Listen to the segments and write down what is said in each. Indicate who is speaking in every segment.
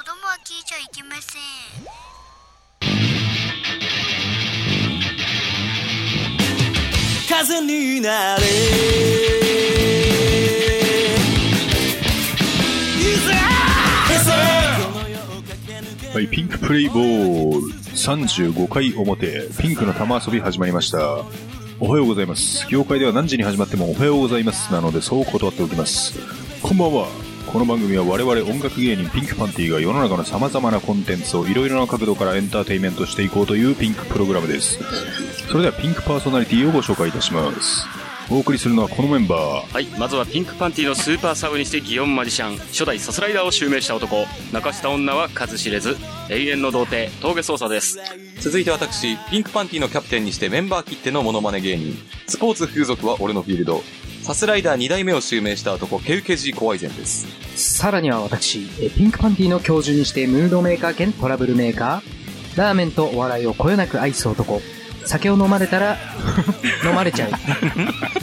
Speaker 1: じゃいけません
Speaker 2: 風になれ
Speaker 3: はい、ピンクプレイボール35回表ピンクの玉遊び始まりましたおはようございます業界では何時に始まってもおはようございますなのでそう断っておきますこんばんはこの番組は我々音楽芸人ピンクパンティが世の中のさまざまなコンテンツをいろいろな角度からエンターテインメントしていこうというピンクプログラムですそれではピンクパーソナリティをご紹介いたしますお送りするのはこのメンバー
Speaker 4: はい、まずはピンクパンティのスーパーサブにして祇園マジシャン初代サスライダーを襲名した男泣かした女は数知れず永遠の童貞峠捜査です
Speaker 5: 続いて私、ピンクパンティのキャプテンにしてメンバー切手のモノマネ芸人。スポーツ風俗は俺のフィールド。サスライダー2代目を襲名した男、ケウケジーコワイゼンです。
Speaker 6: さらには私、えピンクパンティの教授にしてムードメーカー兼トラブルメーカー、ラーメンとお笑いをこよなく愛す男、酒を飲まれたら、 飲まれちゃう。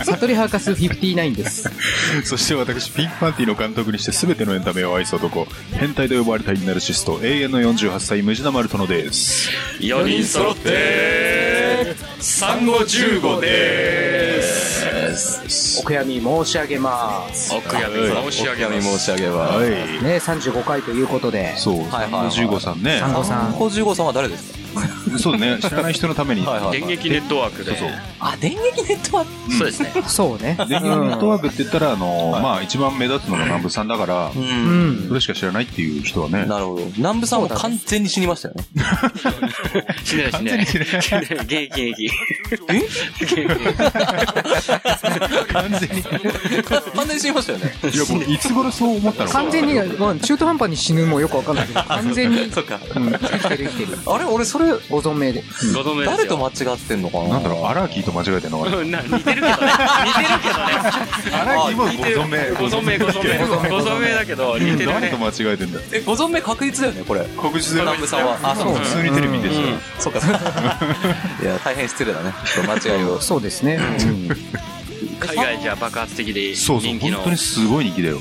Speaker 6: サトリハーカス59です。
Speaker 3: そして私、ピンクパンティの監督にして全てのエンタメを愛す男、変態と呼ばれたイナルシスト、永遠の48歳、ムジナマルトノです。
Speaker 4: 4人揃って産後15です
Speaker 6: お悔やみ申し上げます。
Speaker 4: お悔やみ申し上げま
Speaker 5: お悔やみ
Speaker 4: す
Speaker 5: 申し上げます。
Speaker 3: は
Speaker 6: ね、35回ということで
Speaker 3: い。、そう、
Speaker 5: はいはいはい
Speaker 3: 15さんね。
Speaker 6: 産後さん、
Speaker 5: 高15さんは誰ですか
Speaker 3: そうね、知らない人のために。
Speaker 5: はいはい
Speaker 4: 電撃ネットワークで
Speaker 3: そう
Speaker 5: あ、電撃ネットワーク。
Speaker 4: そうですね
Speaker 6: そうね。
Speaker 3: 電源ネットワークって言ったら、あの、まあ、一番目立つのが南部さんだから、
Speaker 5: う。
Speaker 6: うんん
Speaker 3: そ。れしか知らないっていう人はね。
Speaker 5: なるほど。南部さんは完全に死にましたよね。
Speaker 4: 死ねない死ねない
Speaker 3: 完全に
Speaker 4: 死ねない現役現役
Speaker 3: 完全に。い
Speaker 5: 完全に死にましたよね。
Speaker 3: や、もういつ頃そう思ったのか。
Speaker 6: 完全に、うん中途半端に死ぬもよくわかんないけど、完全に、う ん、
Speaker 5: そっか。
Speaker 6: 生きてる生きてる。
Speaker 5: あれ俺それ、
Speaker 6: ご存命で。
Speaker 4: ご存命です
Speaker 5: 誰と
Speaker 4: よ
Speaker 5: 間違ってんのかな
Speaker 3: な
Speaker 5: なん
Speaker 3: だろう、アラーキーと間違えてんのかな。
Speaker 4: うんな似てるけどね似てるけどね
Speaker 3: アラーキーもご
Speaker 4: 似てる
Speaker 3: 存命。
Speaker 4: ご存命ご存命
Speaker 6: ご存命
Speaker 4: ご存命だけど似てる
Speaker 3: 誰と
Speaker 4: ね
Speaker 3: 間違えてんだよ。
Speaker 5: え、ご存命確実だよね、これ。
Speaker 3: 国実だよ
Speaker 5: 南部さんは。あ、そう。
Speaker 3: 普通にテレビですよ。
Speaker 5: そうか。 いや、大変失礼だね。ちょっと間違いを。
Speaker 6: そうですね。うん
Speaker 4: 海外じゃ爆発的で
Speaker 3: そうそう、
Speaker 4: 人気
Speaker 3: 本
Speaker 4: の
Speaker 3: 当にすごい人気だよ。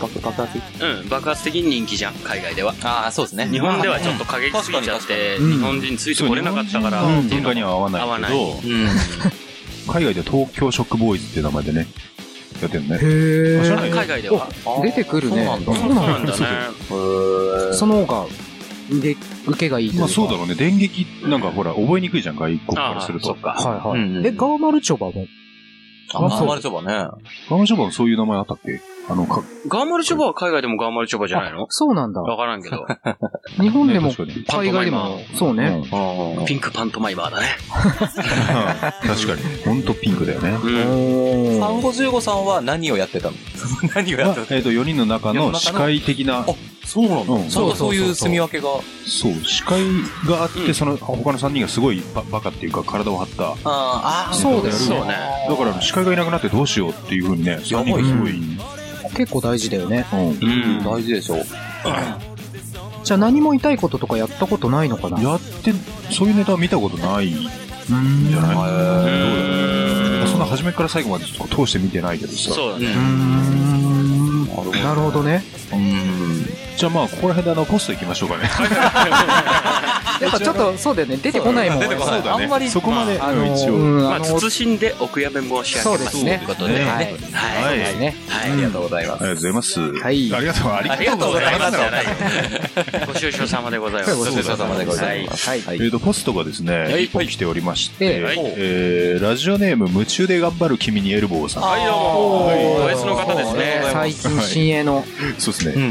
Speaker 5: 爆爆発
Speaker 4: うん、爆発的に人気じゃん、海外では。
Speaker 5: ああ、そうですね。
Speaker 4: 日本ではちょっと過激すぎちゃって、
Speaker 6: うん
Speaker 4: 日本人ついて
Speaker 3: そう
Speaker 4: これなかったから、
Speaker 3: 日本人の
Speaker 4: って
Speaker 3: 文
Speaker 4: いう
Speaker 3: 化
Speaker 4: の
Speaker 3: には合わないけ
Speaker 4: 合わ
Speaker 3: ど、
Speaker 5: うん。
Speaker 3: 海外では東京ショックボーイズっていう名前でね、やってるね。
Speaker 6: へ
Speaker 3: 知ら
Speaker 6: ー
Speaker 3: な
Speaker 4: 海外では。
Speaker 6: 出てくるね。
Speaker 5: そうなんだ
Speaker 4: そうなんだね。
Speaker 6: その方が、で、受けがいいというか。
Speaker 3: まあそうだろうね、電撃なんかほら、覚えにくいじゃん、外国からすると。
Speaker 4: か。
Speaker 6: はいはい。
Speaker 5: うんうん
Speaker 6: え、ガーマルチョバも。
Speaker 5: あ、ま
Speaker 6: あ
Speaker 5: あ、
Speaker 6: そう
Speaker 5: マルチョバね。
Speaker 3: ガムショバンそういう名前あったっけあの、か
Speaker 4: ガーマルチョバは海外でもガーマルチョバじゃないの
Speaker 6: そうなんだ。
Speaker 4: わからんけど。
Speaker 6: 日本でも
Speaker 3: ね、確かに。
Speaker 6: 海外で
Speaker 4: パント
Speaker 6: も
Speaker 4: マイ、
Speaker 6: そうね。
Speaker 3: うん
Speaker 5: あ
Speaker 4: ピンクパントマイマーだね。
Speaker 3: 確かに。ほんとピンクだよね。
Speaker 4: う
Speaker 6: お
Speaker 4: ん。
Speaker 6: ー
Speaker 5: サンゴ15さんは何をやってたの 何をや
Speaker 3: ま
Speaker 5: っ
Speaker 3: あ
Speaker 5: てた
Speaker 3: えっと、4人の中の司会的な、
Speaker 5: そうな
Speaker 3: の
Speaker 5: ちゃんとそういう住み分けが。
Speaker 3: そう、司会があっ
Speaker 4: うん
Speaker 3: て、その、他の3人がすごいババカっていうか、体を張った。
Speaker 5: あーあー、
Speaker 6: そうです
Speaker 4: そう
Speaker 6: ね。
Speaker 4: ね。
Speaker 3: だから、司会がいなくなってどうしようっていうふうにね、3人がすごい、う
Speaker 6: 結構大事だよね。
Speaker 3: ん。
Speaker 4: うん。
Speaker 5: 大事でしょう。
Speaker 6: じゃあ何も痛いこととかやったことないのかな
Speaker 3: やって、そういうネタは見たことないんじゃないどうだろうそんな初めから最後までちょっと通して見てないけどさ。
Speaker 4: そうだね。
Speaker 6: うーん。なるほどね。
Speaker 3: じゃあまあ、ここら辺であの、ポスト行きましょうかね。
Speaker 6: やっぱちょっと、そうだよね。出てこないもん。
Speaker 5: 出てこない
Speaker 6: あんまり。
Speaker 3: そこまで、
Speaker 6: あ
Speaker 3: うん
Speaker 6: の、
Speaker 3: 一応。
Speaker 6: うん
Speaker 4: ま
Speaker 6: あ
Speaker 4: あ、
Speaker 6: の、
Speaker 4: 慎んでお悔やみ申し上げます。
Speaker 6: そうですね
Speaker 4: ということで。
Speaker 6: は
Speaker 4: はい
Speaker 3: は
Speaker 4: い。
Speaker 3: い。あ
Speaker 6: です
Speaker 3: り
Speaker 6: ね。
Speaker 5: ありがとうございま
Speaker 3: がとうございます。
Speaker 6: い
Speaker 3: ありがとう、あり
Speaker 4: あり
Speaker 3: が
Speaker 4: が
Speaker 3: とう
Speaker 4: とう
Speaker 3: ご
Speaker 4: ご
Speaker 3: ざ
Speaker 4: ざ
Speaker 3: い
Speaker 4: い
Speaker 3: まだろ
Speaker 4: ますすじゃないよ。ご愁傷様でございます。
Speaker 6: ご愁傷様
Speaker 5: でございま
Speaker 6: はい。
Speaker 3: えっと、ポストがですね、一本来ておりまして、
Speaker 6: はい
Speaker 3: えーラジオネーム、夢中で頑張る君にエルボーさん。
Speaker 4: はい、どうも。
Speaker 3: はい
Speaker 4: ド S の方ですね。
Speaker 6: 最近、新鋭の。
Speaker 3: そうですね。え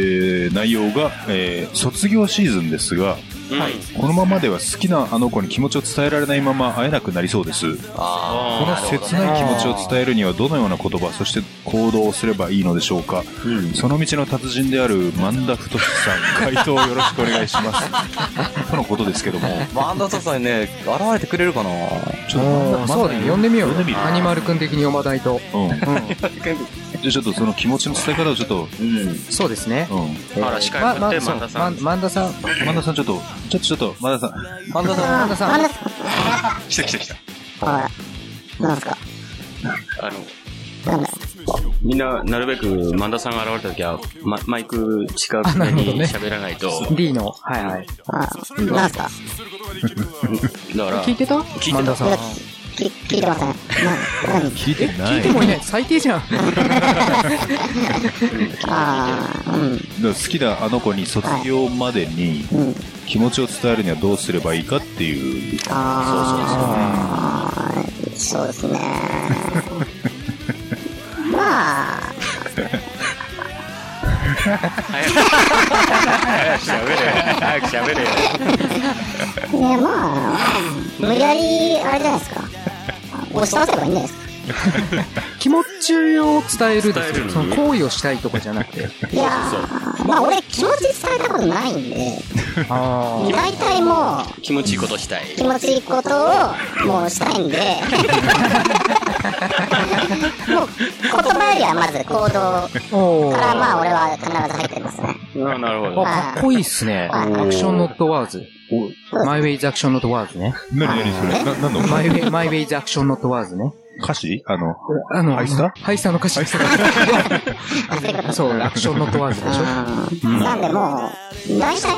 Speaker 3: ー内容が、えー卒業シーズンですが、
Speaker 4: はい。
Speaker 3: このままでは好きなあの子に気持ちを伝えられないまま会えなくなりそうです。
Speaker 5: あ
Speaker 3: この切ない気持ちを伝えるにはどのような言葉、そして行動をすればいいのでしょうか。その道の達人である万田太さん、回答をよろしくお願いし ます。とのことですけども、
Speaker 5: あ。ワンダーサさんにね、現れてくれるかな
Speaker 3: ちょっと万田
Speaker 6: そうだね。呼んでみよう
Speaker 3: 呼んでみる
Speaker 6: よ。アニマルくん的に呼ばないと。
Speaker 3: うん。じゃあちょっとその気持ちの伝え方をちょっと、
Speaker 6: そうですね。
Speaker 3: うん。
Speaker 4: あら、司会を振って、マンダさん。
Speaker 6: マンダさん。
Speaker 3: 万田さんちょっと、ちょっとちょっと、万田さん。
Speaker 5: ワンダーサ
Speaker 6: マンダさん。
Speaker 3: 来た来た来た。
Speaker 7: あ、なんすか
Speaker 4: あの、
Speaker 7: なんだ
Speaker 2: みんな、なるべく、万田さんが現れた時は、ま、マイク近く
Speaker 6: あなるほど
Speaker 2: に
Speaker 6: ね
Speaker 2: 喋らないと、
Speaker 6: D の、はいはい。
Speaker 8: あ、なんすか
Speaker 2: だから、
Speaker 6: 聞いてた
Speaker 2: いてた
Speaker 6: マンダさん。
Speaker 8: 聞聞いてません。な、何
Speaker 3: 聞いてな
Speaker 6: 聞い
Speaker 3: い。
Speaker 6: てもいない。最低じゃん。
Speaker 8: ああ、うん、
Speaker 3: だから好きなあの子に卒業までに
Speaker 8: うん。
Speaker 3: 気持ちを伝えるにはどうすればいいかっていう。
Speaker 8: ああ、そうです ね。まあ、
Speaker 2: 早く喋れよ。早く喋れよ。
Speaker 8: ね、まあ、無理やり、あれじゃないですか。押し倒せばいいんじゃないですか。
Speaker 6: 気持ちを伝えるです
Speaker 2: 伝える
Speaker 6: よ。その行為をしたいとかじゃなくて。
Speaker 8: いやー、まあ俺気持ち伝えたことないんで、
Speaker 6: あ
Speaker 8: 大体もう、
Speaker 2: 気持ちいいことしたい。
Speaker 8: 気持ちいいことをもうしたいんでもう言葉よりはまず行動
Speaker 6: あ。おー。
Speaker 8: から
Speaker 6: あ
Speaker 8: まあ俺は必ず入ってますね
Speaker 2: あなるほ ど。
Speaker 6: かっこいいっすね。
Speaker 8: おー
Speaker 6: アクションノットワーズ。マイウェイズアクションノットワーズね。
Speaker 3: なになにそれな、なんの
Speaker 6: マイウェイ、マイウェイズアクションノットワーズね。
Speaker 3: 歌詞あの、
Speaker 6: あの、
Speaker 3: ハイスタ
Speaker 6: ハイスタの歌詞です。そう、アクションノットワーズでし
Speaker 8: うんなんでもう大体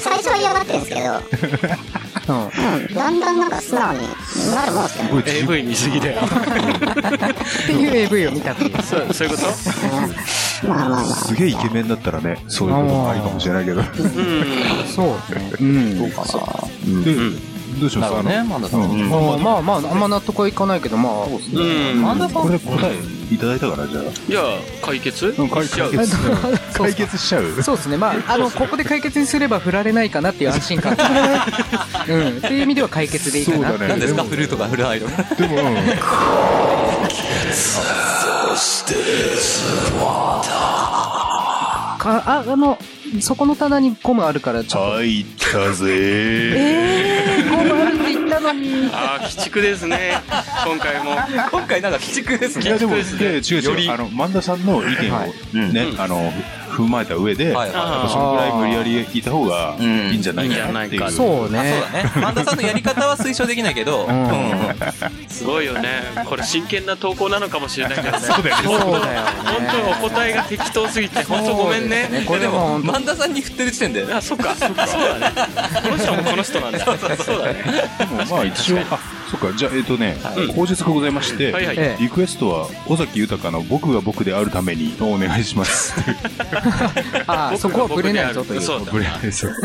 Speaker 8: 最初は嫌がってるんですけど、
Speaker 6: ょ。 うん。
Speaker 8: うん、だんだんなんか素直になるもんですよね
Speaker 2: AV 見すぎだよ。
Speaker 6: っていう AV を見たっていう。
Speaker 2: そうそういうこと
Speaker 8: まあまあます
Speaker 3: げえイケメンだったらね、そういうこともありかもしれないけど。
Speaker 2: うん。
Speaker 6: そうですね。うん。
Speaker 5: うかな。
Speaker 3: で
Speaker 2: うん
Speaker 3: どうしま
Speaker 5: な
Speaker 3: すか
Speaker 5: るほ
Speaker 3: あ
Speaker 5: どね、
Speaker 3: の
Speaker 5: マンダさん。
Speaker 3: うん
Speaker 6: まあまあまあ、あんま納得はいかないけど、まあ。
Speaker 2: うん。
Speaker 5: マンダさ
Speaker 3: こ
Speaker 5: ん
Speaker 3: れ答えいただいたから、じゃあ。
Speaker 2: じゃあ、解決
Speaker 3: うん解
Speaker 2: しちゃう
Speaker 3: 決
Speaker 6: そう
Speaker 3: 解決しちゃう
Speaker 6: そうですね。ま あ、あの、ここで解決にすれば振られないかなっていう安心 感。うん。っていう意味では解決でいいかな。
Speaker 3: そうだね
Speaker 5: 何ですかフルートがフルアイドル。
Speaker 3: でも、うん
Speaker 6: かあ、あの、そこの棚にゴムあるから、ちょっ
Speaker 3: 入ったぜー。
Speaker 6: と。ゴムあるって言ったのに。
Speaker 2: ああ、鬼畜ですね。今回も。
Speaker 5: 今回なんか鬼畜です
Speaker 3: いや
Speaker 5: ね。
Speaker 3: でも、
Speaker 2: い
Speaker 3: い
Speaker 2: や
Speaker 3: や
Speaker 2: そう
Speaker 3: 違う
Speaker 2: です
Speaker 5: よ
Speaker 3: 違
Speaker 5: り
Speaker 3: う、あの、万田さんの意見
Speaker 6: はい
Speaker 3: をね
Speaker 2: う、ん
Speaker 3: あの、踏まえた上で、
Speaker 5: はいはい
Speaker 2: あー
Speaker 3: そのぐらい無理やりいた方が
Speaker 5: うん
Speaker 3: いいんじゃないかなっていう。
Speaker 2: いいんじゃ
Speaker 6: そう
Speaker 5: あそう
Speaker 6: ね。
Speaker 5: だね。マンダさんのやり方は推奨できないけど、う
Speaker 6: ん
Speaker 5: ん
Speaker 2: すごいよね。これ真剣な投稿なのかもしれない けどね。
Speaker 3: そうだよね
Speaker 2: 本当
Speaker 6: そうだよね
Speaker 2: 本当お答えが適当すぎて、本当ごめんね。
Speaker 6: そうですねこ
Speaker 5: これ
Speaker 6: れ
Speaker 5: で
Speaker 6: でも
Speaker 5: も、
Speaker 6: 本当
Speaker 5: マンダさんに振ってる時点で、
Speaker 2: あ、そっか。そうだね。この人もこの人なんだ。そうだね。
Speaker 3: でもまあ一応、あ、そっか、じゃあ、えっとね、口述がございまして
Speaker 2: はいは、い。
Speaker 6: ええ
Speaker 3: リクエストは、尾崎豊の僕が僕であるためにお願いします。
Speaker 6: ああ、そこはぶれないぞという。
Speaker 2: そうだ
Speaker 3: ブレないですよ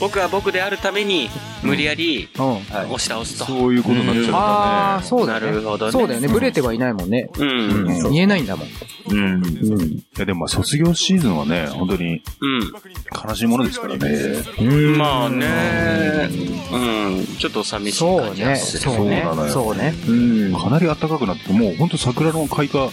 Speaker 2: 僕は僕であるために、無理やり
Speaker 6: うん。
Speaker 2: 押し倒すと。
Speaker 3: そういうことになっち
Speaker 6: あ
Speaker 3: ゃ
Speaker 6: あ、
Speaker 3: っ
Speaker 6: そうだね。
Speaker 2: なるほどね
Speaker 6: そうだよね。ブレてはいないもんね。
Speaker 2: うん。うん。
Speaker 6: 見えないんだもん。
Speaker 3: たね。うん。いやでもまあ卒業シーズンはね、本当に悲しいものですからね。
Speaker 2: うん。まあね。うん。ちょっと寂しい
Speaker 6: そ
Speaker 2: 感
Speaker 6: う
Speaker 2: じが
Speaker 6: ね。
Speaker 2: す
Speaker 6: そ
Speaker 2: る。
Speaker 6: うね
Speaker 3: そうなの。よ
Speaker 6: そうね。うん。
Speaker 3: かなり暖かくなって、もう本当桜の開花、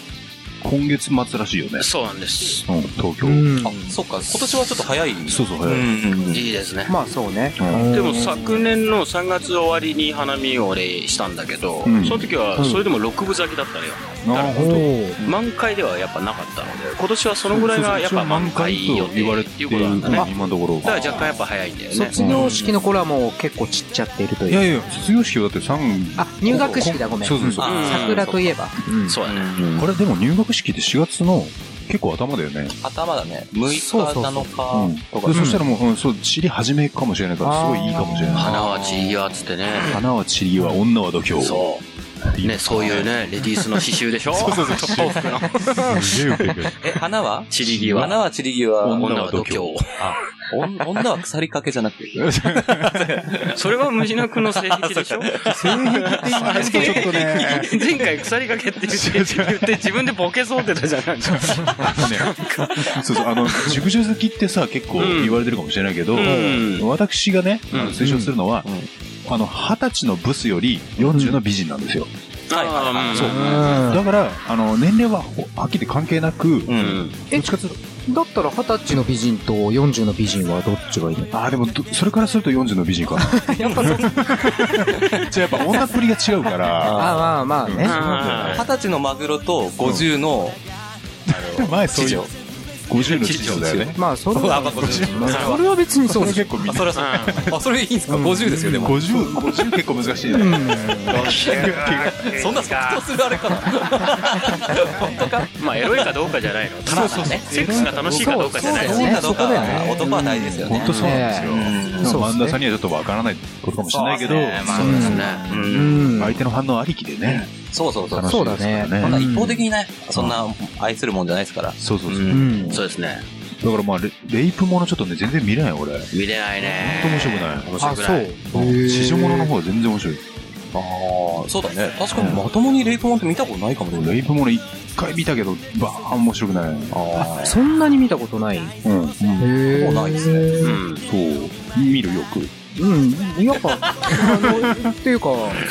Speaker 3: 今月末らしいよね。
Speaker 2: そうなんです。
Speaker 3: うん、東京。
Speaker 6: うん
Speaker 5: あ、そっか、今年はちょっと早い。
Speaker 3: そうそう、
Speaker 5: うん
Speaker 3: 早い。
Speaker 2: いいですね。
Speaker 6: まあそうね。
Speaker 2: でも昨年の3月終わりに花見を俺したんだけど、
Speaker 3: うん
Speaker 2: その時はそれでも6分咲きだったのよ、
Speaker 3: ああ、
Speaker 6: お
Speaker 3: ほんと。
Speaker 2: 満開ではやっぱなかったので今年はそのぐらいがやっぱ満開
Speaker 3: そ
Speaker 2: 予
Speaker 3: うそうそう一応満開と言
Speaker 2: 定
Speaker 3: われ
Speaker 2: って
Speaker 3: て
Speaker 2: い
Speaker 3: いう
Speaker 2: ことなんだね
Speaker 3: るね、今のところ。
Speaker 2: だから若干やっぱ早いんだよね
Speaker 6: 卒業式の頃はもう結構散っちゃっていると
Speaker 3: い
Speaker 6: い
Speaker 3: や
Speaker 6: う。
Speaker 3: いや、卒業式はだって3、
Speaker 6: あ、入学式だ、ごめん。
Speaker 3: そうそうそう。
Speaker 5: あー
Speaker 6: 桜といえば。
Speaker 2: そうだね
Speaker 3: あれ、でも入学式って4月の結構頭だよね。
Speaker 5: 頭だね。6日、
Speaker 6: そうそうそう
Speaker 5: 7
Speaker 3: うん。
Speaker 5: 日とか
Speaker 3: で。そしたらもう、うんそう、散り始めかもしれないから、すごいいいかもしれない。
Speaker 2: 花は地やつってね
Speaker 3: 花は散りは女は度胸。
Speaker 2: そうねそういうねレディースの刺繍でしょ
Speaker 3: そうそうそう。すげえウケてる
Speaker 5: え、花は
Speaker 2: 散り際
Speaker 5: 花は散り際。
Speaker 2: 女は度胸
Speaker 5: あ、おん女は腐りかけじゃなくて。
Speaker 2: それはムジナ君の性癖でし ょ
Speaker 3: ちょっとね、
Speaker 2: 前回腐りかけって言って言って自分でボケ そうってたじゃないですか
Speaker 3: あのね、そうそう、あの、熟女好きってさ、結構
Speaker 2: うん
Speaker 3: 言われてるかもしれないけど、
Speaker 2: ん
Speaker 3: 私がね、あ
Speaker 2: うん
Speaker 3: の推奨するのは
Speaker 5: うんうん、
Speaker 3: あの、二十歳のブスより40の美人なんですよ。
Speaker 2: はいはいはい
Speaker 5: そう
Speaker 3: だから、あの、年齢はほはっきり関係なく、
Speaker 5: う。
Speaker 2: うんん
Speaker 6: え、だったら二十歳の美人と40の美人はどっちがいいの
Speaker 3: ああ、でもど、それからすると40の美人かな。
Speaker 6: やっぱそう。
Speaker 3: じゃあやっぱ女っぷりが違うか
Speaker 6: あ
Speaker 3: ら、
Speaker 6: まあまあね。
Speaker 2: あ
Speaker 5: 二十歳のマグロと50の、
Speaker 3: 前そう
Speaker 5: 地
Speaker 3: いう
Speaker 5: 上。
Speaker 3: 50の地上だよね。
Speaker 6: まあ、それ
Speaker 5: あ
Speaker 6: は、
Speaker 5: まあ50
Speaker 6: まあそれは別にそうですよ。
Speaker 3: 構みん
Speaker 5: あ、それはそう。あ、それいいんですか ?50 ですよ、でも。
Speaker 3: 50、50結構難しいじゃない
Speaker 5: そん な即答するあれかな。本当か
Speaker 2: まあ、エロいかどうかじゃないの。ただね、セックスが楽しいかどうかじゃない
Speaker 6: そう
Speaker 2: の
Speaker 6: そう。
Speaker 5: 男かどう
Speaker 6: そこだよ
Speaker 5: か、
Speaker 6: ね
Speaker 5: 男は大事ですよね。
Speaker 3: 本当そうなんですよ。
Speaker 6: そう
Speaker 3: ま
Speaker 6: で
Speaker 3: あ
Speaker 6: すね
Speaker 3: 安田さんにはちょっとわからないことかもしれないけど、
Speaker 5: まあそうですね。
Speaker 2: う。
Speaker 6: うんん。
Speaker 3: 相手の反応ありきでね、
Speaker 5: そうそうそう。
Speaker 3: 楽しいですから
Speaker 6: そうだ
Speaker 5: そん
Speaker 3: ね
Speaker 5: な。一方的にね、そんな愛するもんじゃないですから。
Speaker 3: そうそうそうう。
Speaker 6: うん
Speaker 2: ん。そうですね。
Speaker 3: だからまあレ、レイプものちょっとね、全然見れない俺。ほんと
Speaker 2: 見れないね。
Speaker 3: 面白くない。
Speaker 2: 面白
Speaker 6: あ、
Speaker 2: く
Speaker 6: そ
Speaker 2: な
Speaker 6: う
Speaker 2: い。。
Speaker 3: 地上ものの方は全然面白い。
Speaker 5: ああ、そうだね。確かにまともにレイプモンって見たことないかもね。
Speaker 3: レイプもの一回見たけど、バーン面白くない。
Speaker 5: ああ、
Speaker 6: そんなに見たことない。へ
Speaker 3: うん。うん
Speaker 6: え
Speaker 5: もうないですね。
Speaker 2: うん。
Speaker 3: そう。見るよく。
Speaker 6: うん、やっぱ、あの、っていうか、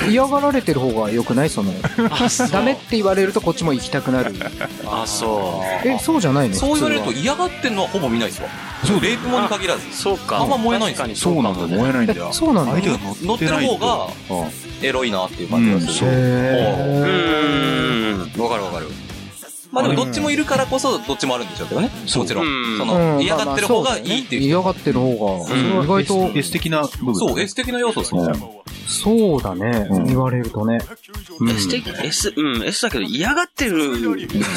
Speaker 6: 嫌がられてる方が良くないその、
Speaker 2: あ、そう
Speaker 6: ダメって言われるとこっちも行きたくなる。
Speaker 2: あ、そ
Speaker 6: え、そうじゃないの
Speaker 5: そう言われると
Speaker 6: 普通は
Speaker 5: 嫌がってんのはほぼ見ないですわ。そう、レイプモンに限らず
Speaker 2: う。。そうか。
Speaker 5: あんま燃えないんです
Speaker 2: 確か
Speaker 5: よ
Speaker 2: に
Speaker 3: そうなんだ、燃えないんだ
Speaker 6: え
Speaker 3: よ。
Speaker 6: そうなんだ
Speaker 3: 相手が乗
Speaker 5: 乗
Speaker 3: っ
Speaker 5: って
Speaker 3: て
Speaker 5: る
Speaker 3: ないと
Speaker 5: 方が
Speaker 3: うん
Speaker 5: エロいなっていう感じがする。
Speaker 2: う
Speaker 6: へ
Speaker 2: ーん。
Speaker 5: わかるわかる。まあでもどっちもいるからこそどっちもあるんでしょうけどね。もちろ
Speaker 2: うん
Speaker 5: ん。そ
Speaker 6: ー
Speaker 5: の嫌がってる方がいいっていう。
Speaker 6: 嫌がってる方が、
Speaker 2: うん
Speaker 6: 意外と、
Speaker 3: エス的な部分。
Speaker 5: そう、エス的な要素ですもんね。
Speaker 6: そうだね、
Speaker 3: うん
Speaker 6: 言われるとね。うん
Speaker 2: S 的、S、うん、S だけど嫌がってる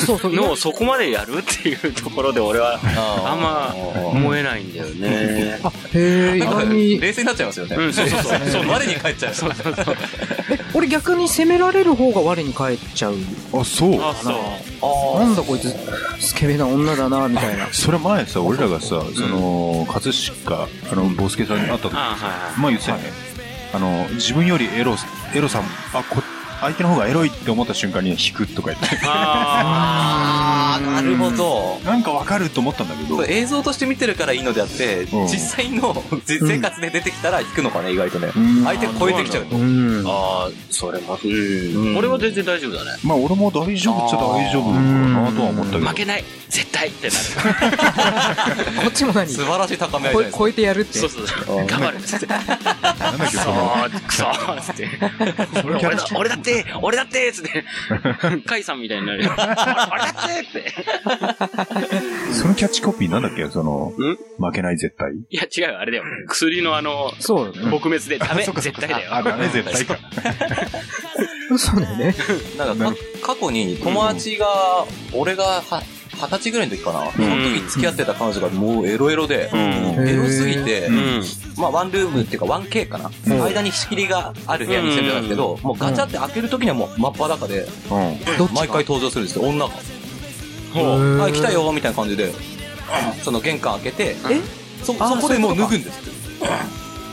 Speaker 6: そうそう、
Speaker 2: のをそこまでやるっていうところで俺はあんま燃えないんだよね。
Speaker 6: あ、へえ、意
Speaker 5: なんか
Speaker 6: 外に、
Speaker 5: 冷静になっちゃいますよね。
Speaker 2: うんそうそうそう
Speaker 5: そう、我に返っちゃう。そうそうそう。
Speaker 6: 俺逆に責められる方が我に返っちゃう。
Speaker 3: あ、そう。
Speaker 2: あ、そう。
Speaker 5: あ
Speaker 6: なんだこいつ、スケベな女だな、みたいな。
Speaker 3: それ前さ、俺らがさ、その、葛飾、あの、ボスケさんに会った時、
Speaker 2: あ、は
Speaker 3: まあ言ってたよね。あの、自分よりエロ、エロさん、あ、こ、相手の方がエロいって思った瞬間に引くとか言って、
Speaker 2: い。あ
Speaker 5: あー、なるほど。
Speaker 3: なんかわかると思ったんだけど
Speaker 5: こ、れ映像として見てるからいいのであって、
Speaker 3: うん
Speaker 5: 実際のじ生活で出てきたら引くのかね、意外とね。
Speaker 3: うん
Speaker 5: 相手超えてきちゃうと。
Speaker 6: うん。
Speaker 2: あ。ああ、それも、うん。俺は全然大丈夫だね。
Speaker 3: まあ俺も大丈夫っちゃ大丈夫かなとは思ったけど。
Speaker 2: 負けない絶対ってなる。
Speaker 6: こっちも何
Speaker 5: 素晴らしい高め合いじゃ
Speaker 6: こ
Speaker 5: ないですか。
Speaker 6: 超えてやるって
Speaker 2: そう。そうそう。頑 張るっつって。
Speaker 3: なんだっけ、
Speaker 2: くそ
Speaker 3: その、
Speaker 2: ー、くそーっつって。俺だ、俺だって、俺だってっつって。 カイさんみたいになるよ。俺俺だってって。
Speaker 3: そのキャッチコピーなんだっけ、その、
Speaker 2: ん
Speaker 3: 負けない絶対。
Speaker 2: いや、違うよ、あれだよ。薬のあの、
Speaker 6: そうだね。
Speaker 2: 撲滅でダメ、絶対だよ。
Speaker 3: あ、ダメ絶対か。
Speaker 6: そうだよね。
Speaker 5: なんかか、過去に友達が、俺がは二十歳ぐらいの時かな。その時付き合ってた彼女がもうエロエロで、
Speaker 2: うん
Speaker 5: エロすぎて、
Speaker 2: うん。
Speaker 5: まあワンルームっていうか 1K かな。
Speaker 6: ん
Speaker 5: 間に仕切りがある部屋にしてるんですけど、もうガチャって開ける時にはもう真っ裸で、
Speaker 3: うん。
Speaker 6: どっち
Speaker 5: 毎回登場するんですよ、女が。
Speaker 6: ー
Speaker 5: はい、来たよ、みたいな感じで、その玄関開けて、
Speaker 2: え
Speaker 5: そ、そこでもう脱ぐんですって。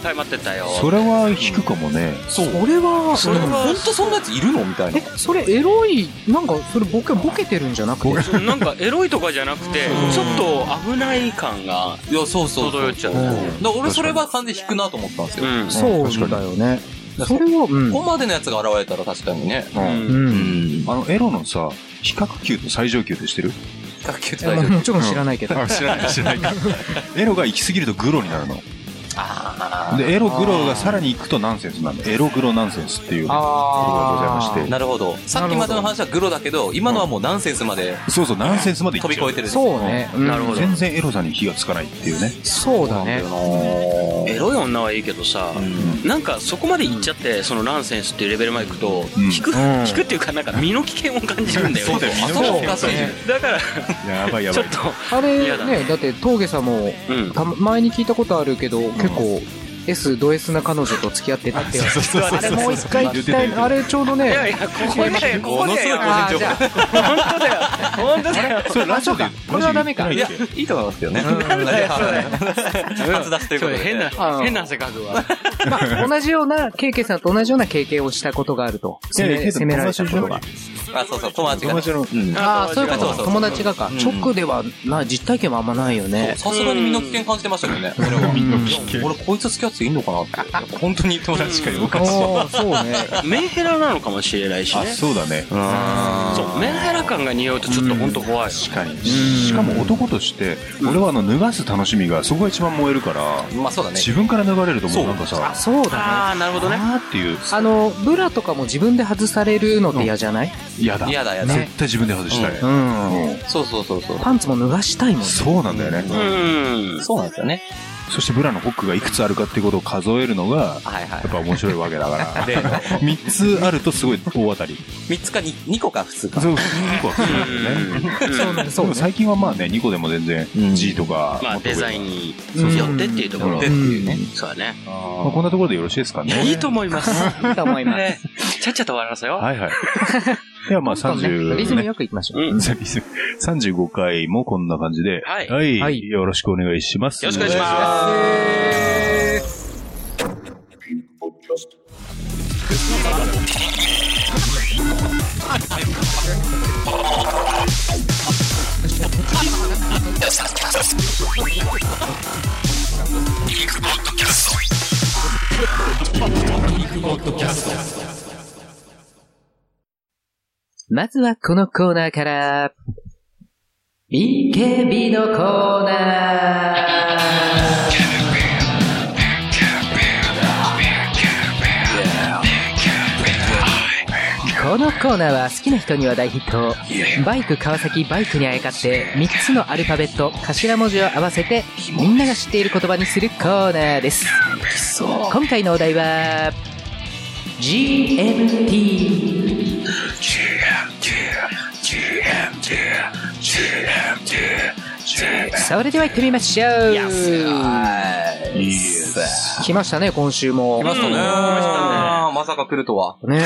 Speaker 2: タイ待ってたよ。
Speaker 3: それは引くかもね。
Speaker 5: そう。
Speaker 6: それは、
Speaker 5: それは、本当そんなやついるのみたい
Speaker 6: え
Speaker 5: な。、
Speaker 6: それエロい、なんか、それボケ、ボケてるんじゃなくて。
Speaker 2: なんか、エロいとかじゃなくて、ちょっと危ない感が
Speaker 5: いや、そうそう。
Speaker 2: 漂っ
Speaker 5: だか
Speaker 2: ちゃう。
Speaker 5: ら俺それは完全に引くなと思ったんですよ。
Speaker 2: うん。
Speaker 6: そうだよね。
Speaker 5: 確か
Speaker 6: そ
Speaker 5: に
Speaker 6: れは、うん
Speaker 5: ここ。までのやつが現れたら確かにね。
Speaker 3: う。
Speaker 2: うん
Speaker 6: う
Speaker 2: うん
Speaker 6: ん。
Speaker 3: あの、エロのさ、比較級と最上級って知ってる
Speaker 5: 卓球って
Speaker 6: ま
Speaker 5: 大
Speaker 6: あ
Speaker 5: 丈夫。
Speaker 6: もちろん知らないけど。
Speaker 3: あ、知らない、知らないか。エロが行き過ぎるとグロになるの。
Speaker 5: あ
Speaker 3: で、エログロがさらに行くとナンセンスなんだ。エログロナンセンスっていう言葉がございま
Speaker 5: ー
Speaker 3: し
Speaker 5: なるほど。さっきまでの話はグロだけど、今のはもうナンセンスまで
Speaker 3: て。そうそう、ナンセンスまで行
Speaker 5: 飛
Speaker 3: っ
Speaker 5: び
Speaker 3: ちゃ
Speaker 5: 越
Speaker 3: う
Speaker 5: えてる。
Speaker 6: そうね。うん
Speaker 2: なるほど
Speaker 3: 全然エロさに火がつかないっていうね。
Speaker 6: そうだね。
Speaker 2: エロい女はいいけどさ、なんかそこまで行っちゃって、そのナンセンスっていうレベルまで行くと、
Speaker 3: うん
Speaker 2: 引く、
Speaker 6: うん
Speaker 2: 引くっていうか、なんか身の危険を感じるんだよね。
Speaker 3: そうだよ身の
Speaker 5: 頭おかしい。
Speaker 2: だから、
Speaker 3: やばいや
Speaker 2: ち
Speaker 3: ば
Speaker 2: ょ
Speaker 3: い
Speaker 2: っ。と、
Speaker 6: あ
Speaker 2: 嫌
Speaker 6: れ
Speaker 2: だ
Speaker 6: ね、だって、峠さんも、
Speaker 2: うん。
Speaker 6: た前に聞いたことあるけど、結構、S、ド S な彼女と付き合ってたっていう。
Speaker 3: そう
Speaker 6: あれもう一回聞きたい。あれちょうど
Speaker 2: いや
Speaker 6: ね、
Speaker 2: いや、ここだよ、こ
Speaker 5: も
Speaker 2: こ
Speaker 5: の
Speaker 2: だ
Speaker 5: すごい
Speaker 2: よ。
Speaker 5: 個
Speaker 6: あ
Speaker 5: 人
Speaker 6: ーじ
Speaker 5: 情
Speaker 6: ゃ
Speaker 5: 報。
Speaker 2: 本当だよ。本当だよ。
Speaker 3: それラジオで、
Speaker 6: これはダメか
Speaker 3: ラ
Speaker 5: い
Speaker 3: ジオ
Speaker 5: や
Speaker 3: で言ってないっけ、
Speaker 5: いいと思いますけどね。初出しということで。
Speaker 2: 変な、変な汗かくわ。
Speaker 6: まあ、同じような、ケイケイさんと同じような経験をしたことがあると。
Speaker 3: いやいや
Speaker 6: 責
Speaker 3: け
Speaker 6: め
Speaker 3: ど
Speaker 6: 責められたことが。
Speaker 5: あ、そうそう、友達が
Speaker 3: 友
Speaker 5: ね。
Speaker 3: 達の、
Speaker 6: ああ、そういうこ
Speaker 5: そうそうそ
Speaker 6: と。
Speaker 5: う
Speaker 6: 友達がか
Speaker 5: うん。
Speaker 6: 直では、な、実体験はあんまないよね。
Speaker 5: さすがに身の危険感じてましたけどね。俺は。俺、こいつ付き合っていいのかなって。やっぱ本当に 友達しかいるか
Speaker 6: おーそうね。
Speaker 2: メンヘラなのかもしれないし
Speaker 3: あ、
Speaker 2: ね。
Speaker 3: そうだね。
Speaker 2: そう、メンヘラ感が匂うとちょっと本当怖い。
Speaker 3: 確かに。しかも男として、俺はあの、脱がす楽しみが、そこが一番燃えるから、
Speaker 5: まあそうだね。
Speaker 3: 自分から脱がれるともうなんかさ、
Speaker 6: あ、そうだね。
Speaker 2: ああ、なるほどね。
Speaker 3: あーっていう、
Speaker 6: あの、ブラとかも自分で外されるのって嫌じゃない
Speaker 3: 嫌だ。
Speaker 5: 嫌だ嫌だ
Speaker 3: 絶対自分で外したい。
Speaker 6: う
Speaker 3: うん
Speaker 6: ん。
Speaker 5: そうそうそうそう。
Speaker 6: パンツも脱がしたいもんね。
Speaker 3: そうなんだよね。
Speaker 2: うん。
Speaker 5: そうなんですよね。
Speaker 3: そしてブラのホックがいくつあるかっていうことを数えるのが、
Speaker 5: はいは
Speaker 3: やっぱ面白いわけだから。
Speaker 5: い。で、
Speaker 3: 3つあるとすごい大当たり。
Speaker 5: 3つかに2個か普通か。
Speaker 3: そう、2個はそうなんだよね。
Speaker 6: そうなんだ
Speaker 3: そう、最近はまあね、2個でも全然
Speaker 5: うん
Speaker 3: G とか、
Speaker 2: まあ、デザイン
Speaker 3: ン。
Speaker 2: に
Speaker 6: そうそう
Speaker 2: よってっていうところ
Speaker 5: で。っていうね。
Speaker 2: そうだね。
Speaker 3: まあこんなところでよろしいですかね。
Speaker 2: いいと思います。
Speaker 6: いいと思います。
Speaker 2: ね。ちゃっちゃと終わりますよ。
Speaker 3: はいはい。ではまあ
Speaker 6: そうね
Speaker 3: 30、
Speaker 6: リズ ムよくいきましょう。
Speaker 2: うん。
Speaker 3: 35回もこんな感じで、
Speaker 2: はい
Speaker 6: はい
Speaker 3: よろしくお願いします。
Speaker 2: よろしくお願いします。
Speaker 6: まずはこのコーナーから、BKB のコーナーこのコーナーは好きな人には大ヒットバイク川崎バイクにあやかって3つのアルファベット頭文字を合わせてみんなが知っている言葉にするコーナーです今回のお題は GMT それでは行ってみましょう来ましたね今週も
Speaker 5: 来ましたね。
Speaker 2: うん
Speaker 5: あーまさか来るとは。
Speaker 6: ね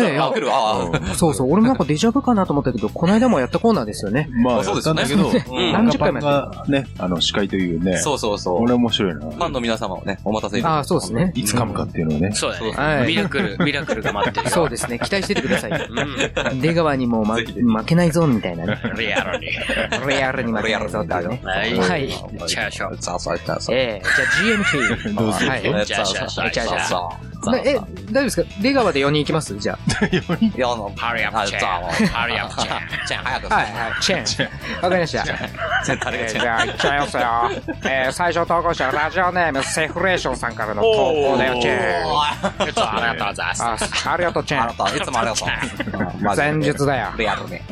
Speaker 6: ねいや
Speaker 5: あ、来るあー
Speaker 6: そうそう俺もなんかデジャブかなと思ったけどこの間もやったコーナーですよね
Speaker 3: まあ、
Speaker 5: あそう
Speaker 3: や
Speaker 5: で
Speaker 3: った
Speaker 5: すよ
Speaker 3: ん
Speaker 5: ね
Speaker 3: だけど、
Speaker 5: うん
Speaker 3: なん
Speaker 6: 30
Speaker 3: かパ
Speaker 6: 回
Speaker 3: ン
Speaker 6: もやっ
Speaker 3: がね、あの、司会というね、
Speaker 5: そうそうそ
Speaker 3: これ
Speaker 5: う。
Speaker 3: 面白い
Speaker 5: ファ
Speaker 3: な。
Speaker 5: ンの皆様をね、お待たせいたし
Speaker 6: あ
Speaker 5: ま
Speaker 6: あ
Speaker 5: し
Speaker 6: そうですね
Speaker 3: いつ噛むかっていうのはね。
Speaker 2: そうだね。
Speaker 6: はい
Speaker 2: ミラクル、ミラクルが待ってるよ。
Speaker 6: そうですね期待しててください
Speaker 2: うん。
Speaker 6: 出川にもま
Speaker 5: ぜひぜ
Speaker 6: 負けないぞみたいなね
Speaker 2: リアルに。
Speaker 6: レアルに負けないぞっていうね
Speaker 2: はい。
Speaker 6: はい
Speaker 2: チャーショー。
Speaker 5: た。さあ、さあ、さ
Speaker 6: ええじゃあ GMT
Speaker 3: どうぞ
Speaker 6: はい
Speaker 5: あ。
Speaker 2: じゃあじゃあじゃあ
Speaker 5: じゃあ、じゃあ、じゃあ。
Speaker 6: なえ大丈夫ですか出川で4人行きますじゃ
Speaker 5: いや、あの、
Speaker 2: ハリアップチェーン。ハリアップチェーン。
Speaker 5: じゃあ、早く
Speaker 6: あ。はいはいチェーンわかりました
Speaker 5: 絶対
Speaker 6: えー
Speaker 5: 誰
Speaker 6: じ
Speaker 5: が違う。
Speaker 6: ゃあ、いっちゃいますよ。えー最初投稿者、ラジオネーム、セフレーションさんからの投稿だよ、チェーン。
Speaker 2: ちょっとありがとうございます。
Speaker 6: あ、ありがとう、チェ
Speaker 5: あ
Speaker 6: ー
Speaker 5: な
Speaker 6: ン。
Speaker 5: た、いつもありがとう。マジで
Speaker 6: 前述だよ。
Speaker 5: リアルね。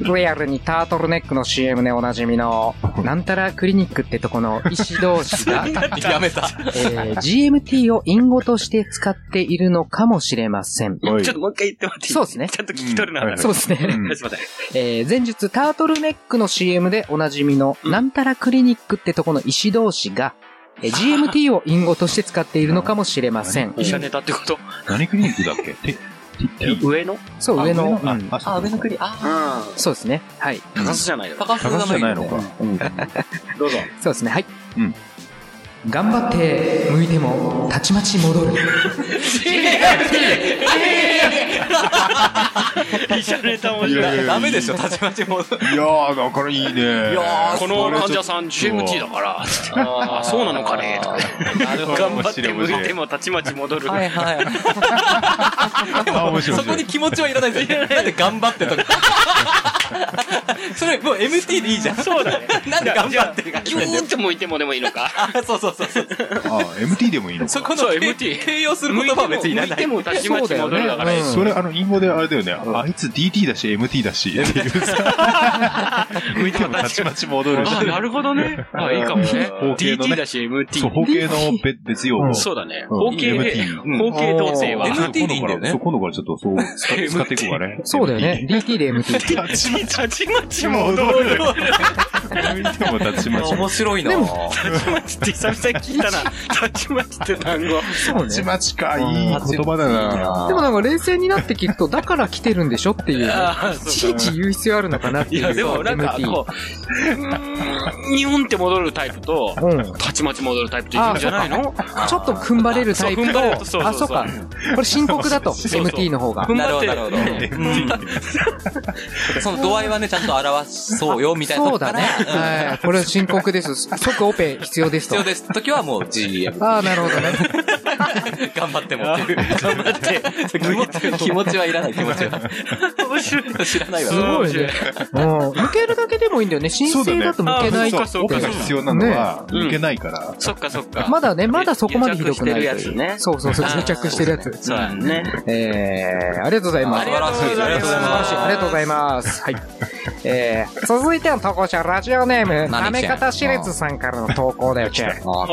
Speaker 6: リアルにタートルネックの CM でおなじみの、なんたらクリニックってとこの医師同士 が、
Speaker 5: やめた。
Speaker 6: えー GMT を隠語として使っているのかもしれません。
Speaker 3: はい
Speaker 2: ちょっともう一回言ってもらっていい
Speaker 6: そうですね
Speaker 2: ちゃんと聞き取るな。
Speaker 3: うんはい
Speaker 6: そうですね。
Speaker 3: うん
Speaker 2: すいません。
Speaker 6: えー前述、タートルネックの CM でおなじみの、なんたらクリニックってとこの医師同士が、えー GMT を隠語として使っているのかもしれません。
Speaker 2: 医者ネタってこと
Speaker 3: 何クリニックだっけててて
Speaker 2: 上のうん。
Speaker 6: そう、上の。うん
Speaker 3: あ、そう
Speaker 5: 国。あ、
Speaker 6: そうですね。はい。
Speaker 2: 高須じゃないよ。
Speaker 5: 高須
Speaker 3: 高須じゃないのか。。
Speaker 2: どうぞ。
Speaker 6: そうですね。はい。
Speaker 3: うん
Speaker 6: 頑張って、向いても、たちまち戻る。
Speaker 2: 医者ネタ面
Speaker 3: いやいやいや
Speaker 5: ダメでしょ、たちまちも。
Speaker 3: いやー、だからいいね。いや
Speaker 2: この患者さん GMT だから。ああ、そうなのかね。とか
Speaker 5: なるほど。
Speaker 2: 頑張って向いてもたちまち戻る。
Speaker 5: はいはい。
Speaker 3: あ、面白い。
Speaker 5: そこに気持ちはいらないですよ。なんで頑張ってとか。それ、もう MT でいいじゃん。
Speaker 2: そうだね。
Speaker 5: なんで頑張ってる
Speaker 2: キューンって向いてもでもいいのか。
Speaker 5: あ、そうそうそうそう。
Speaker 3: あ、MT でもいいの
Speaker 5: そ
Speaker 3: か。
Speaker 5: この
Speaker 2: そう
Speaker 5: 形
Speaker 2: MT
Speaker 5: 形容する言葉は別にいら
Speaker 2: 向い
Speaker 5: な
Speaker 2: て
Speaker 5: い。
Speaker 2: もたちまち戻るだから。
Speaker 3: それ、あの、陰謀であれだよね。あいつ DT だし、MT だ し、っていうさ。向いてもたちまち戻るし。
Speaker 2: あ、なるほどね。あ、いいかもね
Speaker 3: 方。形のね
Speaker 2: DT だし
Speaker 3: そ
Speaker 2: MT。
Speaker 3: う、方形の別別用語。
Speaker 2: そうだね。
Speaker 3: うん
Speaker 2: 方形、
Speaker 3: MT
Speaker 2: 方形同性は
Speaker 5: う。ん MT でいいんだよね
Speaker 3: そう、今度からちょっとそう、使使っていこうかね。
Speaker 6: そうだよね。DT で MT。
Speaker 3: MT。たちまち
Speaker 2: たちまち
Speaker 3: 戻
Speaker 2: 戻る。
Speaker 3: る。向いてもたちまち戻
Speaker 5: 面
Speaker 3: る。
Speaker 5: 白いなぁ。
Speaker 2: たちまちって久々聞いた な。たちまちって単語。
Speaker 6: そう
Speaker 3: たち
Speaker 6: ね。
Speaker 3: まちか、いい言葉だな。
Speaker 6: でもなんか冷静になって聞くと、だから来てるんでしょってい う。
Speaker 2: ああ、
Speaker 6: い
Speaker 2: そ
Speaker 6: ち
Speaker 2: う
Speaker 6: いち言う必要あるのかなって
Speaker 2: い
Speaker 6: いう。
Speaker 2: や、でもなんかこう、うーんニュンって戻るタイプと、
Speaker 6: う。うん。
Speaker 2: たちまち戻るタイプっているんじゃないの
Speaker 6: ちょっと踏ん張れるタイ
Speaker 2: そ
Speaker 6: プ
Speaker 2: う踏ん張れるそう
Speaker 6: と、あ、
Speaker 2: そ
Speaker 6: そうう
Speaker 2: そう
Speaker 6: か。これ深刻だと、
Speaker 2: そうそう
Speaker 6: MT の方が
Speaker 2: 踏。ん
Speaker 5: なる
Speaker 2: 張
Speaker 5: ほ
Speaker 2: って
Speaker 5: ど、なるほど。
Speaker 2: ね
Speaker 5: うんその度合いはね、ちゃんと表そうよ、みたいなと
Speaker 6: そ
Speaker 5: こ
Speaker 6: う
Speaker 5: か
Speaker 6: だ
Speaker 5: ら
Speaker 6: ね。。はい。これは深刻です。即オペ必要ですと。
Speaker 5: 必要です。時はもう GM。
Speaker 6: ああ、なるほどね。
Speaker 5: 頑張ってもっていう。頑張って。気持ち気持ちはいらない、気持ちは。
Speaker 2: 面白い。
Speaker 5: 知らないわ。
Speaker 6: すごいね。うん。抜けるだけでもいいんだよね。申請だと抜けないって
Speaker 2: そ
Speaker 3: そうう、
Speaker 2: そう
Speaker 3: オペが必要なのは、
Speaker 2: ね
Speaker 3: 抜けないから。
Speaker 2: そっかそっか。
Speaker 6: まだね、まだそこまでひどくないとい
Speaker 2: 癒着
Speaker 6: う。
Speaker 2: してるやつね
Speaker 6: そうそうそう、癒着してるやつ。
Speaker 2: そうやんね。
Speaker 6: えー、ありがとうございます。
Speaker 5: ありがとうございます
Speaker 6: ありがとうございます。ありがとうございます。はい。えー、続いての投稿者、ラジオネーム、な
Speaker 5: 何
Speaker 6: め方しれずさんからの投稿だ よ、チェン。
Speaker 5: あ
Speaker 2: お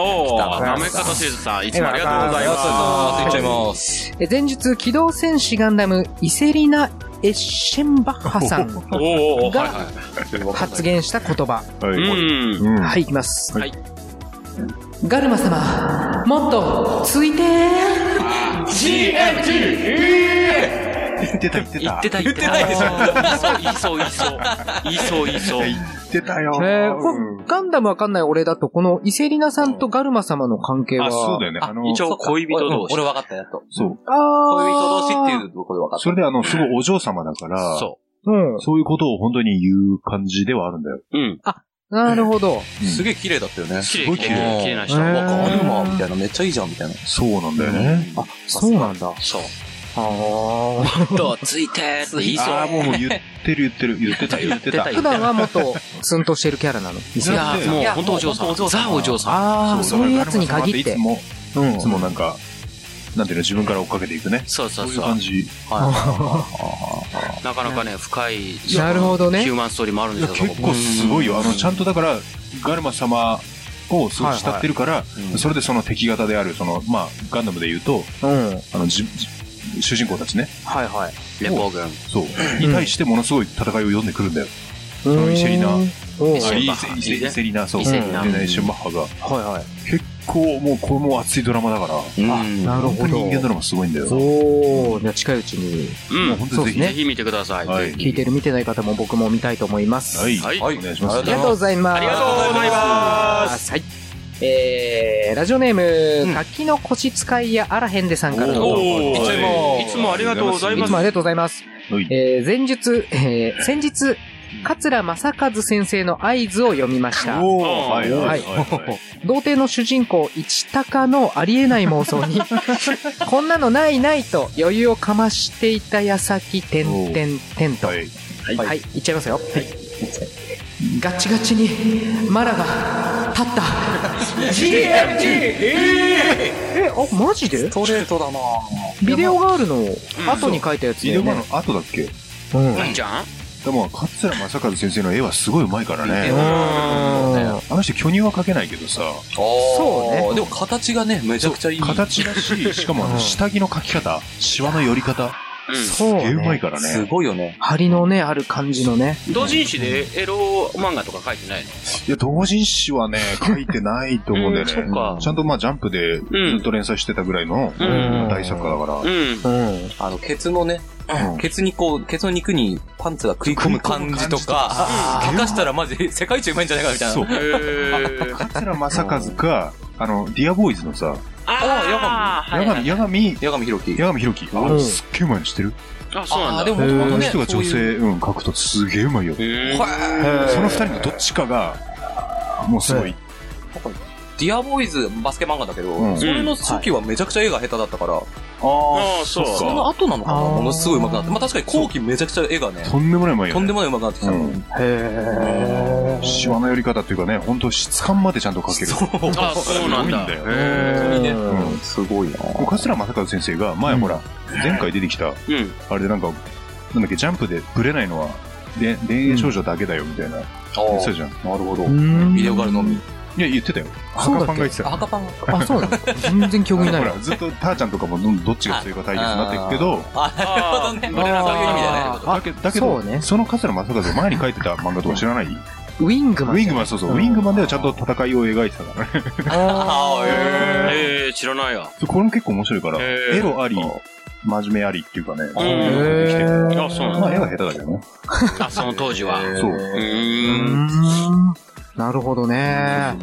Speaker 5: あ
Speaker 2: ー、
Speaker 5: りが
Speaker 2: な
Speaker 5: とう
Speaker 2: めかたしずさん、いつもありがとうございま
Speaker 5: ございます。いっ
Speaker 2: す。
Speaker 5: ちゃいます。
Speaker 6: え前日、機動戦士ガンダム、イセリナ・エッシェンバッハさん
Speaker 2: おー おー、はい
Speaker 6: が
Speaker 2: は。
Speaker 6: 発言した言葉。
Speaker 3: はい
Speaker 2: うん。
Speaker 3: うん。
Speaker 6: はい、いきます。
Speaker 2: はい。
Speaker 6: ガルマ様、もっと、ついて
Speaker 3: 言ってた、言って
Speaker 2: 言ったて。た言ってた。言ってそう、言いそう、言いそう。言いそう、言いそう。
Speaker 3: 言ってたよ。
Speaker 6: えー、こ
Speaker 3: うん
Speaker 6: れガンダムわかんない俺だと、このイセリナさんとガルマ様の関係は、
Speaker 3: あ、そうだよね。あの、
Speaker 2: 一応恋人同士。
Speaker 5: 俺分かった、やっと。
Speaker 3: そう。
Speaker 5: 恋
Speaker 6: 恋
Speaker 5: 人同士っていうところで分かっ
Speaker 3: それであの、すごいお嬢様だから、
Speaker 2: そ
Speaker 6: うん。
Speaker 3: そういうことを本当に言う感じではあるんだよ。
Speaker 2: う。うん。
Speaker 6: なるほど。
Speaker 5: た。すげえ綺麗だったよね。
Speaker 2: 綺
Speaker 3: すご
Speaker 2: 麗、
Speaker 3: い
Speaker 2: 綺
Speaker 3: 綺
Speaker 2: 麗、
Speaker 3: 麗
Speaker 2: 綺麗な人
Speaker 5: あ。
Speaker 6: うん
Speaker 5: なんかアニマみたいな、めっちゃいいじゃん、みたいな。
Speaker 3: そうなんだよね。
Speaker 6: あ、そうなんだ。
Speaker 2: そう。
Speaker 6: ああ。
Speaker 2: と、ついてって言いそう。
Speaker 3: あーもう言ってる言ってる、言ってた言ってた。
Speaker 6: 普段はもっとツンとしてるキャラなの。
Speaker 2: いや
Speaker 3: だっ、て
Speaker 2: もう本当お嬢さん。ザお嬢さん。
Speaker 6: ああ、そういうやつに限っ
Speaker 3: い
Speaker 6: て
Speaker 3: つ。も、
Speaker 6: うん
Speaker 3: いつもなんか、なんていうの、自分から追っかけていくね。
Speaker 2: そうそ
Speaker 3: そう
Speaker 2: う
Speaker 3: いう
Speaker 2: そう。
Speaker 3: 感じ。
Speaker 2: なかなかね、深い、
Speaker 6: なるほどね
Speaker 2: ヒューマンストーリーもあるん
Speaker 3: い
Speaker 2: で
Speaker 3: や
Speaker 2: すよ、そこ
Speaker 3: 結構すごいよ。あの、ちゃんとだから、ガルマ様をすごい慕ってるから、
Speaker 5: うん
Speaker 3: それでその敵型である、その、まあ、ガンダムで言うと、
Speaker 6: うん。はい
Speaker 3: あの、じじ主人公たちね。
Speaker 6: はい。
Speaker 2: レポー軍。
Speaker 3: そう。に対してものすごい戦いを読んでくるんだよ。
Speaker 6: そ
Speaker 3: のイセリナ
Speaker 6: はい
Speaker 3: あ
Speaker 2: セリナ
Speaker 3: イセイセイセイセリナ、そう。
Speaker 2: イ
Speaker 3: セ
Speaker 2: セ
Speaker 3: リ
Speaker 2: リナ
Speaker 3: ナ、イシュンバッハが。
Speaker 6: は
Speaker 3: 結構もう、これも熱いドラマだから、
Speaker 6: い。なる
Speaker 3: 本当
Speaker 6: ほ
Speaker 3: に
Speaker 6: ど。
Speaker 3: 人間ドラマすごいんだよ。も
Speaker 6: おお、じゃあ近いうちに
Speaker 2: うん
Speaker 3: う。本当にぜひ
Speaker 6: そう
Speaker 2: ぜ
Speaker 6: で
Speaker 2: ひ見てください。
Speaker 3: は
Speaker 2: はいい。
Speaker 6: 聞いてる見てない方も僕も見たいと思います。
Speaker 3: はい。
Speaker 2: はい
Speaker 3: お願いします。
Speaker 5: は
Speaker 3: あ
Speaker 5: い
Speaker 6: ありがとうございます。
Speaker 2: ありがとうございます。
Speaker 6: はい。えー、ラジオネーム、柿の腰使いやあらへんでさんからの投稿
Speaker 2: お
Speaker 3: いつも
Speaker 2: ー、いつもありがとうござい
Speaker 6: い
Speaker 2: ま
Speaker 6: つ
Speaker 2: す
Speaker 6: もあ。りがとうございます。
Speaker 3: はい
Speaker 6: えー、前日、えー、先日、桂正和先生の合図を読みました。
Speaker 3: おー
Speaker 2: あ
Speaker 3: はいはいはいはい。
Speaker 6: 童貞の主人公、一鷹のありえない妄想 に、こんなのないないと余裕をかましていた矢先、てんてんてんと。
Speaker 3: はい
Speaker 6: はい、はい、いっちゃいますよ。はい。ガチガチに、マラが、立った。GMG! え、あ、マジで
Speaker 5: ストレートだな
Speaker 6: ビデオガールの後に書いたやつ
Speaker 3: ビ
Speaker 6: だ
Speaker 3: デ
Speaker 6: よ
Speaker 3: オ版
Speaker 6: ね
Speaker 3: の。後だっけ
Speaker 6: うん。
Speaker 2: じゃん
Speaker 3: でも、桂正和先生の絵はすごいうまいからね。
Speaker 6: うん
Speaker 3: あの人巨乳は描けないけどさ、
Speaker 6: そうね
Speaker 5: でも形がね、めちゃくちゃいい。
Speaker 3: 形だし、しかもあ
Speaker 6: う
Speaker 3: の
Speaker 6: ん
Speaker 3: 下着の描き方、シワの寄り方、
Speaker 2: う
Speaker 6: そう
Speaker 3: すげえうまい
Speaker 6: ね。
Speaker 3: から
Speaker 5: す
Speaker 3: ね。
Speaker 5: ごいよね。
Speaker 6: 張りのね、ある感じのね。
Speaker 2: ん。同人誌でエロ漫画とか書いてないの
Speaker 3: いや、同人誌はね、描いてないと思うんだよね。
Speaker 2: うんそっか
Speaker 3: ちゃんとまあ、ジャンプでずっと連載してたぐらいの
Speaker 2: うん
Speaker 3: 大作だから。
Speaker 2: うん。
Speaker 6: うん。
Speaker 5: あの、ケツのね、
Speaker 3: うん
Speaker 5: ケツにこう、ケツの肉にパンツが食い込む感じ
Speaker 3: 食い込む感
Speaker 5: とか、
Speaker 3: じとか
Speaker 5: 吐かしたらマジで世界一うまいんじゃないかみたいな。
Speaker 3: そう。
Speaker 2: えー。
Speaker 3: 桂正和か、あの、ディアボーイズのさ、
Speaker 2: あー、
Speaker 3: 八
Speaker 2: はいはい
Speaker 3: 神、八神、
Speaker 5: 八神弘樹。
Speaker 3: 八神弘樹。
Speaker 6: う
Speaker 3: あ
Speaker 6: ん
Speaker 3: すっげえうまいの知ってる
Speaker 2: あ、そうなんだ。
Speaker 5: あーでも元
Speaker 3: あ
Speaker 5: 々
Speaker 3: の
Speaker 5: ね、
Speaker 3: 人が女
Speaker 5: そういう。
Speaker 3: 性、うん、描くとすげえうまいよ。
Speaker 2: へー
Speaker 3: その二人のどっちかが、もうすごい。
Speaker 5: ディアボーイズバスケ漫画だけど、
Speaker 3: うん
Speaker 5: それの初期はめちゃくちゃ絵が下手だったから、
Speaker 2: あー、そう。
Speaker 5: その後なのかな
Speaker 6: あー
Speaker 5: ものすごいう上手くなって。まあ確かに後期めちゃくちゃ絵がね、
Speaker 3: とんでもないうまいよ
Speaker 5: とん
Speaker 3: ね
Speaker 5: で。もないうまくなってきたの。
Speaker 3: うん
Speaker 6: へえ。
Speaker 3: シワの寄り方っていうかね、本当質感までちゃんと描ける。
Speaker 5: そう。
Speaker 2: あー、そうなんだ。
Speaker 3: すごいんだよ
Speaker 2: へ
Speaker 5: にね
Speaker 6: うん
Speaker 3: うん
Speaker 5: すごいな
Speaker 3: もう桂正和先生が、前ほら、前回出てきた、
Speaker 2: ーうん。
Speaker 3: あれでなんか、なんだっけ、ジャンプでブレないのは、で恋愛少女だけだよ、みたいな。言ってたじゃん。い
Speaker 5: なるほど
Speaker 6: う。ん
Speaker 5: ビデオガールのみ。
Speaker 3: や、言ってたよ。
Speaker 6: そうだ
Speaker 3: 赤パ
Speaker 6: っけ
Speaker 3: ンが言ってたよ。
Speaker 5: 赤パン
Speaker 6: あ、そうなの全然記憶に
Speaker 3: ほ
Speaker 6: ない
Speaker 3: ら、ずっと、ターちゃんとかもどんどんどっちが強いか対決になっていくけど、
Speaker 5: あ、なるほどね。
Speaker 2: あー
Speaker 5: ブレなそういう意味だね。
Speaker 6: あ
Speaker 3: だけだけ
Speaker 6: そ
Speaker 3: ど、
Speaker 6: うね
Speaker 3: その桂正和前に書いてた漫画とか知らないウ
Speaker 6: ウィングマン。
Speaker 3: ィングマン、そうそう、ウィングマンではちゃんと戦いを描いてたからね。
Speaker 5: あーへ
Speaker 2: えー、知らないわ。
Speaker 3: そうこれも結構面白いから、
Speaker 2: へー
Speaker 3: エロあり、真面目ありっていうかね、そう
Speaker 2: へ
Speaker 3: いうのができてる。
Speaker 6: ー
Speaker 2: あそうなん
Speaker 3: まあ、絵は下手だけどね。
Speaker 2: あ、その当時は。う
Speaker 3: そう。
Speaker 2: ーん。
Speaker 6: うんなるほどね。
Speaker 3: はい。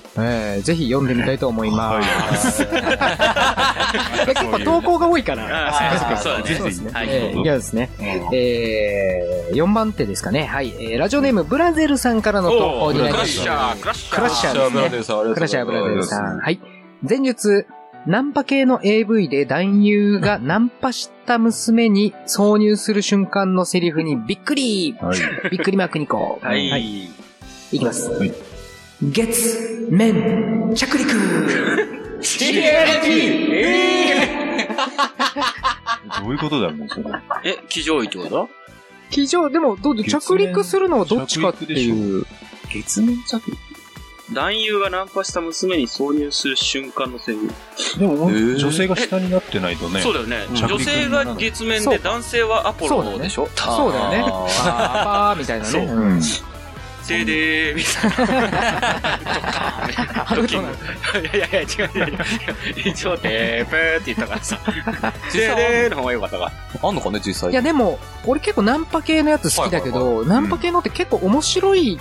Speaker 6: えーぜひ読んでみたいと思います。れ結構投稿が多いから。
Speaker 2: あー
Speaker 6: そ
Speaker 2: そうう
Speaker 6: か
Speaker 2: だね。
Speaker 6: そうですね。
Speaker 2: はい。
Speaker 6: えーいやですね。えー、4番手ですかね。はい。えーラジオネーム、ブラゼルさんからの投
Speaker 2: お
Speaker 6: 稿
Speaker 2: ー
Speaker 6: に
Speaker 2: クラ
Speaker 6: なり
Speaker 2: ッ
Speaker 6: ま
Speaker 2: シ
Speaker 6: す。
Speaker 2: ャー、クラッシャー。
Speaker 6: クラッシャー
Speaker 5: ブラデ
Speaker 6: で
Speaker 5: ル
Speaker 6: すね。
Speaker 5: さん、ありが
Speaker 6: ク
Speaker 5: とうございます。
Speaker 6: ラッシャーブラゼルさん。はい。前述、ナンパ系の AV で男優がナンパした娘に挿入する瞬間のセリフにびっくり
Speaker 3: はい。
Speaker 6: びっくりマーク2個。
Speaker 2: はい。
Speaker 6: はい。いきます。
Speaker 3: はい
Speaker 6: 月、面、着陸 !TLP!
Speaker 3: どういうことだろうね、それ。
Speaker 2: え、騎乗位ってこと
Speaker 6: 機上、でも、どうぞ
Speaker 3: 月
Speaker 6: 着
Speaker 3: 面
Speaker 6: 陸するのはどっちかっていう。
Speaker 5: 月面着陸
Speaker 2: 男優がナンパした娘に挿入する瞬間のセリフ。
Speaker 3: でも、
Speaker 5: えー
Speaker 3: 女性が下になってないとね。
Speaker 2: そうだよね。
Speaker 3: うん
Speaker 2: 女性が月面で男性はアポロの方でしょ
Speaker 6: そうだよね。パーパーみたいな
Speaker 2: そう
Speaker 6: ね。
Speaker 3: うん。
Speaker 2: ででーみたいな。ドキンドキンいやいやいや、違う違う違う。一応、でーぷーって言ったからさ。ででーの方が良かったか。
Speaker 5: あんのかね、実際。
Speaker 6: いや、でも、俺結構ナンパ系のやつ好きだけ
Speaker 5: はい
Speaker 6: ど、ナンパ系のって結構面白い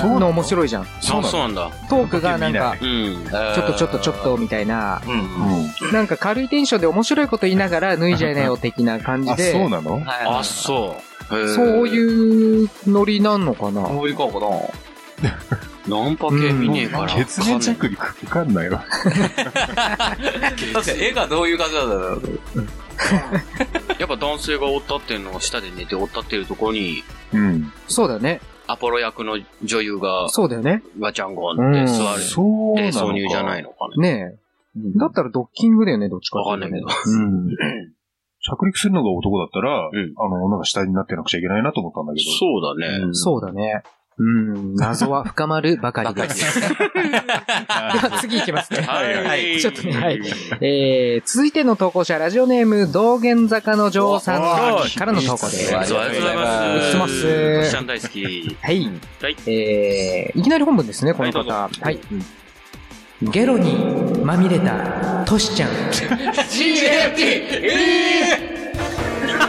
Speaker 3: そうな
Speaker 6: の
Speaker 3: の
Speaker 6: 面白いじゃん。
Speaker 3: そうな
Speaker 2: あ
Speaker 3: の
Speaker 2: なんだ。
Speaker 6: トークがなんか、
Speaker 2: うん。
Speaker 5: ち
Speaker 6: ちょっとちょっとちょっ。とみたいな、
Speaker 5: うん。
Speaker 3: うん。
Speaker 6: なんか軽いテンションで面白いこと言いながら脱いじゃいなよ的な感じ
Speaker 3: あ、そう
Speaker 6: で、
Speaker 3: なの
Speaker 5: あ
Speaker 2: あ、、そう。へー
Speaker 6: そういうノリなんのかな。
Speaker 5: 無理かかな。
Speaker 2: ナンパ系見ねえから。
Speaker 3: 月面着陸かかんないわ。
Speaker 5: 確かに絵がどういう感じなんだろう。
Speaker 2: やっぱ男性が追っ立ってんのを下で寝て追っ立ってるところに、
Speaker 3: うん。
Speaker 6: そうだよね。
Speaker 2: アポロ役の女優が
Speaker 6: そうだよね。
Speaker 2: ガチャンゴンって座る。
Speaker 3: そう
Speaker 2: で、
Speaker 3: なの。
Speaker 2: 挿入じゃないいのかね。
Speaker 6: ねえ。だったらドッキングだよね、どっちか
Speaker 2: わかん
Speaker 6: って
Speaker 2: な
Speaker 6: う
Speaker 2: い
Speaker 6: と
Speaker 2: け
Speaker 6: ね
Speaker 2: ど。
Speaker 3: うん。着陸するのが男だったら、
Speaker 2: ん
Speaker 3: あの、なんか下になってなくちゃいけないなと思ったんだけど。
Speaker 2: そうだね。
Speaker 3: うん
Speaker 6: そうだね。うん、謎は深まるばかりです。 では次行きますね。
Speaker 2: はい。
Speaker 6: ちょっとね、はい。えー、続いての投稿者、ラジオネーム、道玄坂の女王さんからの投稿です。
Speaker 5: おー
Speaker 2: あ
Speaker 5: いい
Speaker 2: り
Speaker 5: っ
Speaker 2: がとうござ
Speaker 5: すね
Speaker 6: は
Speaker 2: います。
Speaker 6: お疲れ様で
Speaker 2: ト
Speaker 6: す
Speaker 2: シちゃん大好き。
Speaker 6: い。
Speaker 2: はい
Speaker 6: えー、いきなり本文ですね、この方。
Speaker 2: は
Speaker 6: はい。ゲロにまみれた、トシちゃん。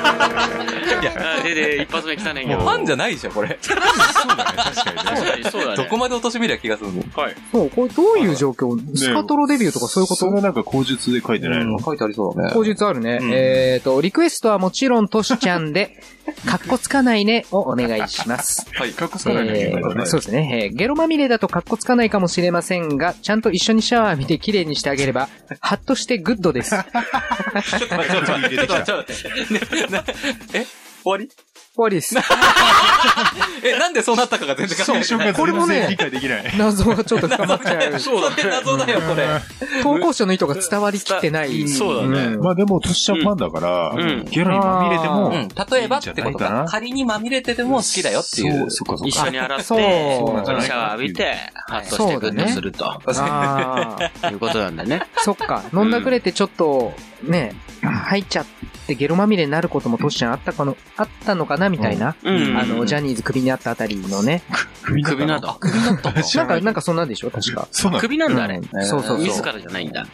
Speaker 2: あでで、一発目来たねんけ
Speaker 5: もう
Speaker 2: ど。
Speaker 5: ファンじゃないでしょ、これ。
Speaker 2: 確かにそうだね。
Speaker 5: どこまで貶めりゃ気がするの
Speaker 6: そう、これどういう状況スカトロデビューとかそういうこ
Speaker 3: それ
Speaker 6: と
Speaker 3: はなんか口述で書いてないの
Speaker 5: 書いてありそうだね。
Speaker 6: 口述あるね。
Speaker 3: うん
Speaker 6: えーと、リクエストはもちろんトシちゃん で、かっこつかないねをお願いします。
Speaker 5: はい。
Speaker 3: かっこつかないの
Speaker 6: え
Speaker 3: が
Speaker 6: ー
Speaker 3: ね。
Speaker 6: そうですね、えーゲロまみれだとカッコつかないかもしれませんが、ちゃんと一緒にシャワー見て綺麗にしてあげれば、ハッとしてグッドです。終
Speaker 5: ちょっと待って、ちょっと待って、ちょっと待ってね。なえ終わり
Speaker 6: わりです。
Speaker 5: え、なんでそうなったかが全然関係ない。
Speaker 3: が
Speaker 6: これもね
Speaker 3: 全然理解できない。
Speaker 6: 謎はちょっと深まっちゃう。
Speaker 5: そうだね。謎だよ、これ。
Speaker 6: 投稿者の意図が伝わりきってない。
Speaker 2: そうだね
Speaker 6: ん
Speaker 3: まあでも、トシちゃんファンだから、
Speaker 2: うん
Speaker 3: ゲロにまみれても、
Speaker 5: うん。例えばってことか。仮にまみれてても好きだよっていう。
Speaker 3: そう、そっかそっ
Speaker 2: 一
Speaker 3: か。
Speaker 2: 緒に洗って、シ
Speaker 6: そうそうなんじ
Speaker 3: ゃない
Speaker 2: ャワー浴びて、ハッとしてグッとすると。
Speaker 6: あー
Speaker 2: いうことなんだね。
Speaker 6: そっか。飲んだくれてちょっと、ね、入っちゃってゲロまみれになることもトシちゃんあったかの、あったのかなみたいな。
Speaker 2: うん
Speaker 6: あの、ジャニーズ首にあったあたりのね。
Speaker 3: 首
Speaker 2: 首なんだ。首なんだ。
Speaker 6: なんか、なんかそんなんでしょ確か。
Speaker 3: そうな の
Speaker 2: 首 なんだ、あれ。
Speaker 6: うんそうそうそう。
Speaker 2: 自らじゃないんだ。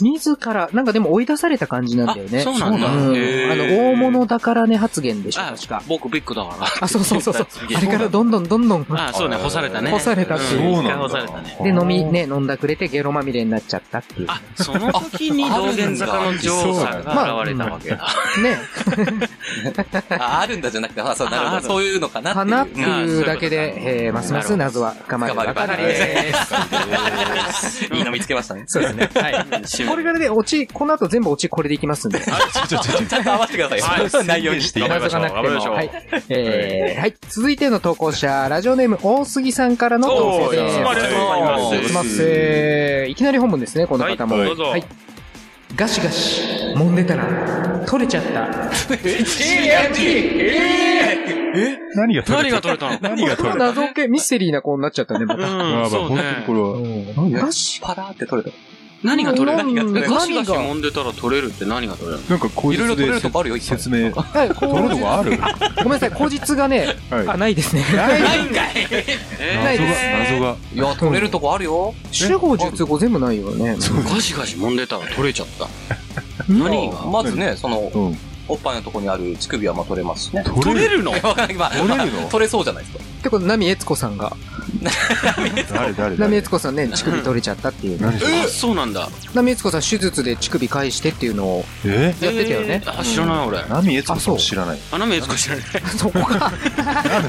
Speaker 6: 自ら、なんかでも追い出された感じなんだよね。
Speaker 2: あそうなんだ
Speaker 6: うん
Speaker 2: へー
Speaker 6: あの、大物だからね発言でしょ、
Speaker 2: あ
Speaker 6: 確か、。
Speaker 2: 僕ビッグだから。
Speaker 6: あ、そうそうそうそう。
Speaker 2: すげえ
Speaker 6: あれからどんどんどんどん。で、
Speaker 2: あ、そうね、干されたね。
Speaker 6: 干されたっていう
Speaker 2: うん
Speaker 3: そうなん
Speaker 2: 一
Speaker 3: だ
Speaker 2: 回干されたね。
Speaker 6: 飲み、ね、飲んだくれてゲロまみれになっちゃったっていう。
Speaker 2: あ、その時に道玄坂の女王さんが現れたわけだ。
Speaker 6: ね、
Speaker 5: あ、あるんだじゃなくて、あ、そう、なるほど。そういうのかなっていう。
Speaker 6: かなっていうだ
Speaker 2: あそう
Speaker 6: け
Speaker 2: いうこと
Speaker 6: で、えー、ますます謎は深まるばかりです。
Speaker 5: いいの見つけましたね。
Speaker 6: そうですね。はい。これからで、オチ、この後全部オチこれでいきますんで。
Speaker 5: ちゃんと合わせてください。そういう 内容にして。
Speaker 2: 頑張りましょ
Speaker 6: 謎
Speaker 2: う
Speaker 6: がなくて
Speaker 2: 頑
Speaker 6: も。
Speaker 2: 張
Speaker 6: は
Speaker 2: り
Speaker 6: い。えー、はい。続いての投稿者、ラジオネーム大杉さんからの投稿
Speaker 2: そう
Speaker 6: です。
Speaker 2: ありがとうございます
Speaker 6: おはようございます。えーいきなり本文ですね、この方も。
Speaker 2: はいどうぞ
Speaker 6: はい。ガシガシ、揉んでたら、取れちゃった。
Speaker 3: 何が取
Speaker 2: 何
Speaker 3: れた
Speaker 2: が取れたの
Speaker 3: 何が取れた
Speaker 6: 謎系、ミステリーな子になっちゃったね、ま
Speaker 3: ま
Speaker 6: た。
Speaker 2: う
Speaker 3: あ
Speaker 2: ん、
Speaker 3: まあ
Speaker 2: そう
Speaker 3: 本当に
Speaker 2: ね
Speaker 3: こ。れは。
Speaker 5: よし、パラーって取れ
Speaker 2: 何が取れる
Speaker 6: 何が取れる
Speaker 2: ガシガシ揉んでたら取れるって何が取れるの
Speaker 3: なんか口
Speaker 5: た。いろいろ
Speaker 3: 述
Speaker 5: 取れる
Speaker 3: で
Speaker 5: とこあるよ、
Speaker 3: 説明。取
Speaker 6: はい、こ
Speaker 3: れると
Speaker 6: う
Speaker 3: こある
Speaker 6: ごめんなさい、口実がね、
Speaker 3: はい
Speaker 6: あ、ないですね。
Speaker 5: ないんかい
Speaker 2: え
Speaker 6: ない
Speaker 3: 謎
Speaker 6: で
Speaker 3: が
Speaker 6: す、
Speaker 3: 謎が。
Speaker 5: いや、取れるとこあるよ。
Speaker 6: 主語、述語全部ないよね。
Speaker 2: ーガシガシ揉んでたら取れちゃった。
Speaker 5: 何がまずね、その、
Speaker 3: うん。
Speaker 5: おっぱいのとこにある乳首はまあ取れますしね。
Speaker 3: 取れる
Speaker 2: るの
Speaker 5: わかんないまあ
Speaker 3: 取れるの
Speaker 5: 取れそうじゃないですか。
Speaker 6: ってこと、ナミエツコさんが、
Speaker 3: 誰誰
Speaker 6: ナミエ
Speaker 3: 誰
Speaker 6: ツコさんね、乳首取れちゃったっていうね。
Speaker 3: 何それ
Speaker 2: あそうなんだ。
Speaker 6: ナミエツコさん手術で乳首返してっていうのを
Speaker 3: え
Speaker 6: やってたよね
Speaker 2: え。ーあ、知らない俺。
Speaker 3: ナミエツコ
Speaker 6: あ
Speaker 3: さ
Speaker 6: そ
Speaker 3: ん
Speaker 6: う
Speaker 3: 知らない。
Speaker 2: 穴目少し知らない。
Speaker 6: そこか。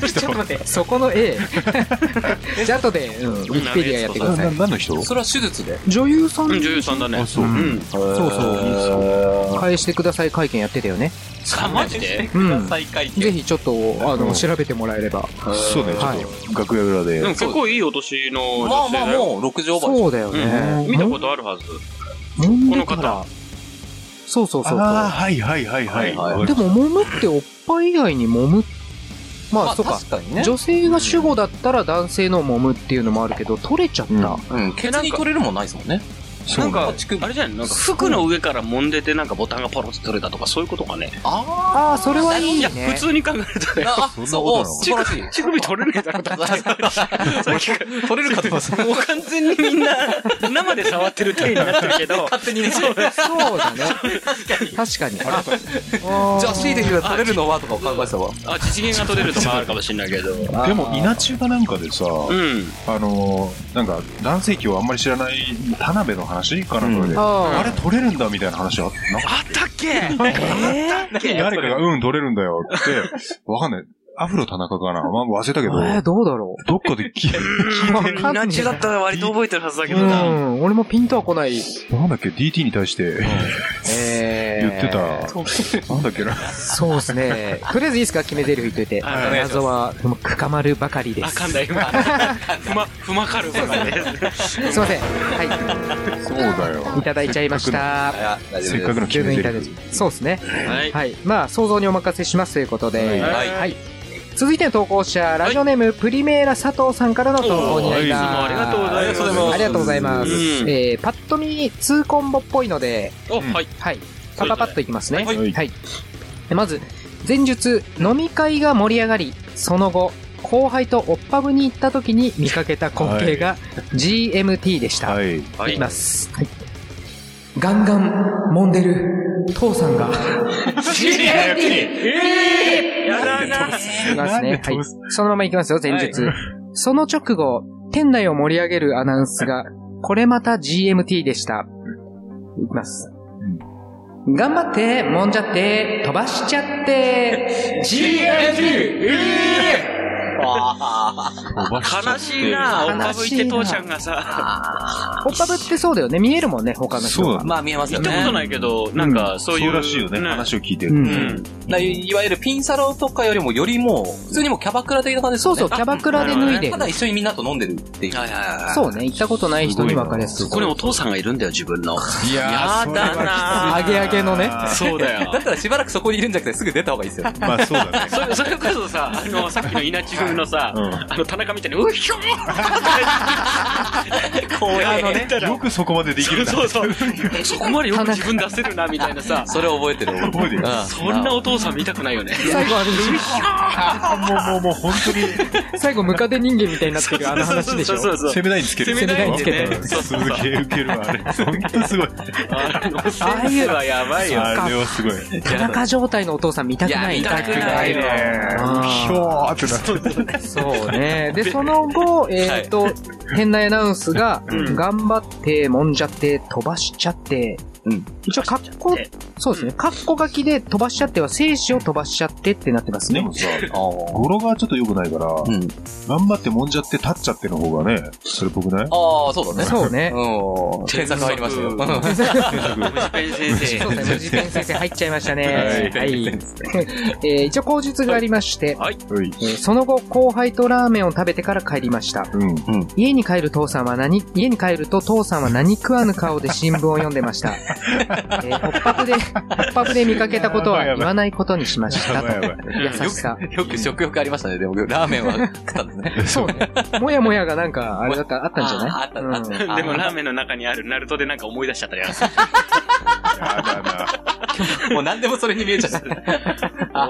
Speaker 6: ちょっと待って、そこの A。じゃあ後で、うん、ウィキペディアやってくだ
Speaker 3: な
Speaker 6: さ。
Speaker 3: ない何の人
Speaker 5: それは手術で
Speaker 6: 女優さん
Speaker 2: うん女優さんだね
Speaker 3: あ、。そう。
Speaker 2: うん。
Speaker 6: そうそう。返してください会見やってたよね。
Speaker 2: あ、マジで
Speaker 6: うん。
Speaker 5: 再開
Speaker 6: ぜひちょっと、あ
Speaker 3: うん
Speaker 6: の、調べてもらえれば。
Speaker 3: そうね、ち
Speaker 6: はい
Speaker 3: ょっと、楽屋裏で。
Speaker 2: でも結構いいお年の
Speaker 5: ま
Speaker 2: 女
Speaker 5: あ
Speaker 2: 性
Speaker 5: まあ
Speaker 2: だよ。
Speaker 5: もう6畳ばい
Speaker 6: そうだよね。
Speaker 2: 見たことあるはず。
Speaker 6: とこ
Speaker 2: この方。
Speaker 6: そうそうそう
Speaker 3: ああ、
Speaker 6: そ
Speaker 3: はいはいはいはい。
Speaker 5: はい
Speaker 6: でも、揉むっておっぱい以外に揉む。まあ、そうか。
Speaker 5: 確かにね
Speaker 6: 女性が主語だったら男性の揉むっていうのもあるけど、取れちゃった。
Speaker 3: うん
Speaker 5: うんケツに取れるもんないですもんね
Speaker 2: なん
Speaker 5: な
Speaker 2: か
Speaker 5: んだ乳、首
Speaker 2: あれじゃないなんか服の上から揉んでてなんかボタンがポロって取れたとかそういうことかね。
Speaker 5: あ
Speaker 6: ああ、それはいい
Speaker 2: い
Speaker 6: ね
Speaker 2: や、。普通に考えるとね。
Speaker 5: あ
Speaker 3: そんな
Speaker 5: そう
Speaker 3: ことなの
Speaker 5: お素晴らしい
Speaker 2: 乳首取れねえだろ、だって
Speaker 5: 取れるかと思って
Speaker 2: もう完全にみんな、生で触ってる体になってるけど、
Speaker 5: 勝手にね
Speaker 6: そうだね。確かに。確かに。あ
Speaker 5: じゃあ、シイテキが取れるのはとかを考えてたわ。
Speaker 2: あ、実現が取れるとかあるかもしれないけど。う
Speaker 3: でも、稲中かなんかでさ、
Speaker 2: ん。
Speaker 3: あのー、なんか、男性器をあんまり知らない田辺の話かなんかで、
Speaker 6: うんあー
Speaker 3: あれ取れるんだみたいな話あったなんか
Speaker 2: あったっけ
Speaker 3: 誰かが、うん、取れるんだよって、わかんない。アフロ田中かなまあ、忘れたけど、
Speaker 6: えーどうだろ
Speaker 3: どっかで聞いて、
Speaker 6: う。わかんね
Speaker 2: ナ
Speaker 6: え
Speaker 2: ッチだったら割と覚えてるはずだけ
Speaker 6: う
Speaker 2: どな。
Speaker 6: ん、俺もピンとは来ない。
Speaker 3: なんだっけ、DT に対して
Speaker 6: え
Speaker 3: 言ってた、なんだっけな。
Speaker 6: そうですね。とりあえずいいですか決め台詞言っといて。
Speaker 2: はいお願いします
Speaker 6: 謎は、もう、くかまるばかりで
Speaker 2: あ
Speaker 6: す。
Speaker 2: かんない、今。ふま、ふまかるばかりです。
Speaker 6: すいません。は
Speaker 3: そうだよ。
Speaker 6: い。いただいちゃいました。
Speaker 5: あ大丈夫
Speaker 3: せっかくの決
Speaker 6: 十分
Speaker 3: め
Speaker 6: い
Speaker 3: て
Speaker 6: ただい
Speaker 3: る
Speaker 6: ち。そうですね。
Speaker 2: はい。
Speaker 6: はい。まあ、想像にお任せしますということで。
Speaker 5: はい
Speaker 6: はい。続いての投稿者、ラジオネーム、プリメーラ佐藤さんからの投稿になりま
Speaker 2: お
Speaker 6: す。
Speaker 2: ーいつもありがとうございます
Speaker 5: ありがとうございます
Speaker 6: ありがとうございます。
Speaker 2: うん
Speaker 6: えー、パッと見、2コンボっぽいので、
Speaker 2: お、はい。
Speaker 6: はい。パパパッといきますね。
Speaker 5: はい
Speaker 6: はい。でまず、前述、飲み会が盛り上がり、その後、後輩とオッパブに行った時に見かけた光景が GMT でした。、
Speaker 3: はい。
Speaker 2: はいい
Speaker 6: き。ます。はい。ガンガン、揉んでる、父さんが。
Speaker 2: やだな。
Speaker 6: いきますね。
Speaker 3: な
Speaker 6: は
Speaker 3: ん
Speaker 6: い
Speaker 3: で。
Speaker 6: そのままいきますよ、前述。その直後、店内を盛り上げるアナウンスが、これまた GMT でした。いきます。頑張って、揉んじゃって、飛ばしちゃって、GMT!
Speaker 2: 悲しいな。おかぶいて父ちゃんがさ、
Speaker 6: ホッパブってそうだよね。見えるもんね、他の人
Speaker 3: そう
Speaker 6: が。
Speaker 3: だね
Speaker 5: まあ見えます
Speaker 2: 行
Speaker 5: よ
Speaker 2: っ
Speaker 5: ね。
Speaker 2: たことないけど、なんか、そういう。
Speaker 3: そうらしいよね、話を聞いてる。
Speaker 6: うん
Speaker 2: うん。
Speaker 5: ないわゆるピンサロとかよりもよりも、普通にもうキャバクラ的な感じです
Speaker 6: そ
Speaker 5: よ
Speaker 6: う
Speaker 5: ね。
Speaker 6: そう、キャバクラで脱いで
Speaker 5: た
Speaker 6: る。
Speaker 5: だ一緒にみんなと飲んでるっていう。
Speaker 2: はいはいはいはい。
Speaker 6: そうね、行ったことない人に分かりやすい。
Speaker 2: そこにお父さんがいるんだよ、自分の。
Speaker 3: い
Speaker 2: やだな。
Speaker 6: あげあげのね。
Speaker 2: そうだ
Speaker 5: だ
Speaker 2: よ
Speaker 5: っ。たらしばらくそこにいるんじゃなくてすぐ出た方がいいで すよ。
Speaker 3: まあそうだね。
Speaker 2: それそれこそ さ、あの、さっきの稲地組のさ、
Speaker 3: うん
Speaker 2: あの、田中みたいに、うひょーって、こうやったら
Speaker 3: よ、くそこまでできるな。
Speaker 2: そうそう、そこまでよく自分出せるな、みたいなさ、
Speaker 5: それ覚えてる。
Speaker 3: 覚えてる
Speaker 5: うん
Speaker 2: そんなお父さん見たくないよね。
Speaker 6: 最後あれでし
Speaker 3: あもうもうもう本当に
Speaker 6: ょ最後ムカデ人間みたいになってるあの話でしょ
Speaker 2: そうそうそうそう
Speaker 3: 攻め台につけてる。
Speaker 2: 攻め台
Speaker 6: につけて
Speaker 2: る
Speaker 3: すげえウケるわ、あれ。本当すごい。
Speaker 2: あの、センスはやばいよ。
Speaker 3: あれはすごい。ひ
Speaker 6: 田中状態のお父さん見たくない。
Speaker 2: いや見たくないね
Speaker 3: ょーってなってる。
Speaker 6: そ うね。で、その後、えっ、と、店内アナウンスが、
Speaker 2: うん
Speaker 6: 頑張って、もんじゃって、飛ばしちゃって、
Speaker 5: うん
Speaker 6: 一応、カッコ、そうですね、カッコ書きで飛ばしちゃっては、精子を飛ばしちゃってってなってます
Speaker 3: で
Speaker 6: ね
Speaker 3: も。さ、
Speaker 5: あー
Speaker 3: 語呂がちょっと良くないから、
Speaker 5: うん。
Speaker 3: 頑張ってもんじゃって立っちゃっての方がね、それっぽくない
Speaker 5: ああ、そうだね。
Speaker 6: そうね。
Speaker 5: うん。添削入りましたよ。
Speaker 2: 添
Speaker 5: うん
Speaker 2: 虫ペン先
Speaker 6: そう
Speaker 2: 生。
Speaker 6: ですね、無事ペン先生入っちゃいましたね。
Speaker 3: は
Speaker 6: はい い。えー一応、口述がありまして、
Speaker 3: はい。
Speaker 6: えーその後、後輩とラーメンを食べてから帰りました。
Speaker 3: うん。
Speaker 6: 家に帰る父さんは何、家に帰ると父さんは何食わぬ顔で新聞を読んでました。えー、ポップアップで、ポップアップで見かけたことは言わないことにしました
Speaker 3: やばいや
Speaker 6: と。
Speaker 3: ばい。
Speaker 6: 優しさ。
Speaker 5: よく食欲ありましたね。でも、ラーメンは食ったんですね。
Speaker 6: そうね。もやもやがなんか、あれだった、あったんじゃ
Speaker 5: ああったあ
Speaker 6: な
Speaker 5: っ
Speaker 6: い、
Speaker 2: でもラーメンの中にあるナルトでなんか思い出しちゃったりやつ。
Speaker 3: やだな。
Speaker 5: もう何でもそれに見えちゃった。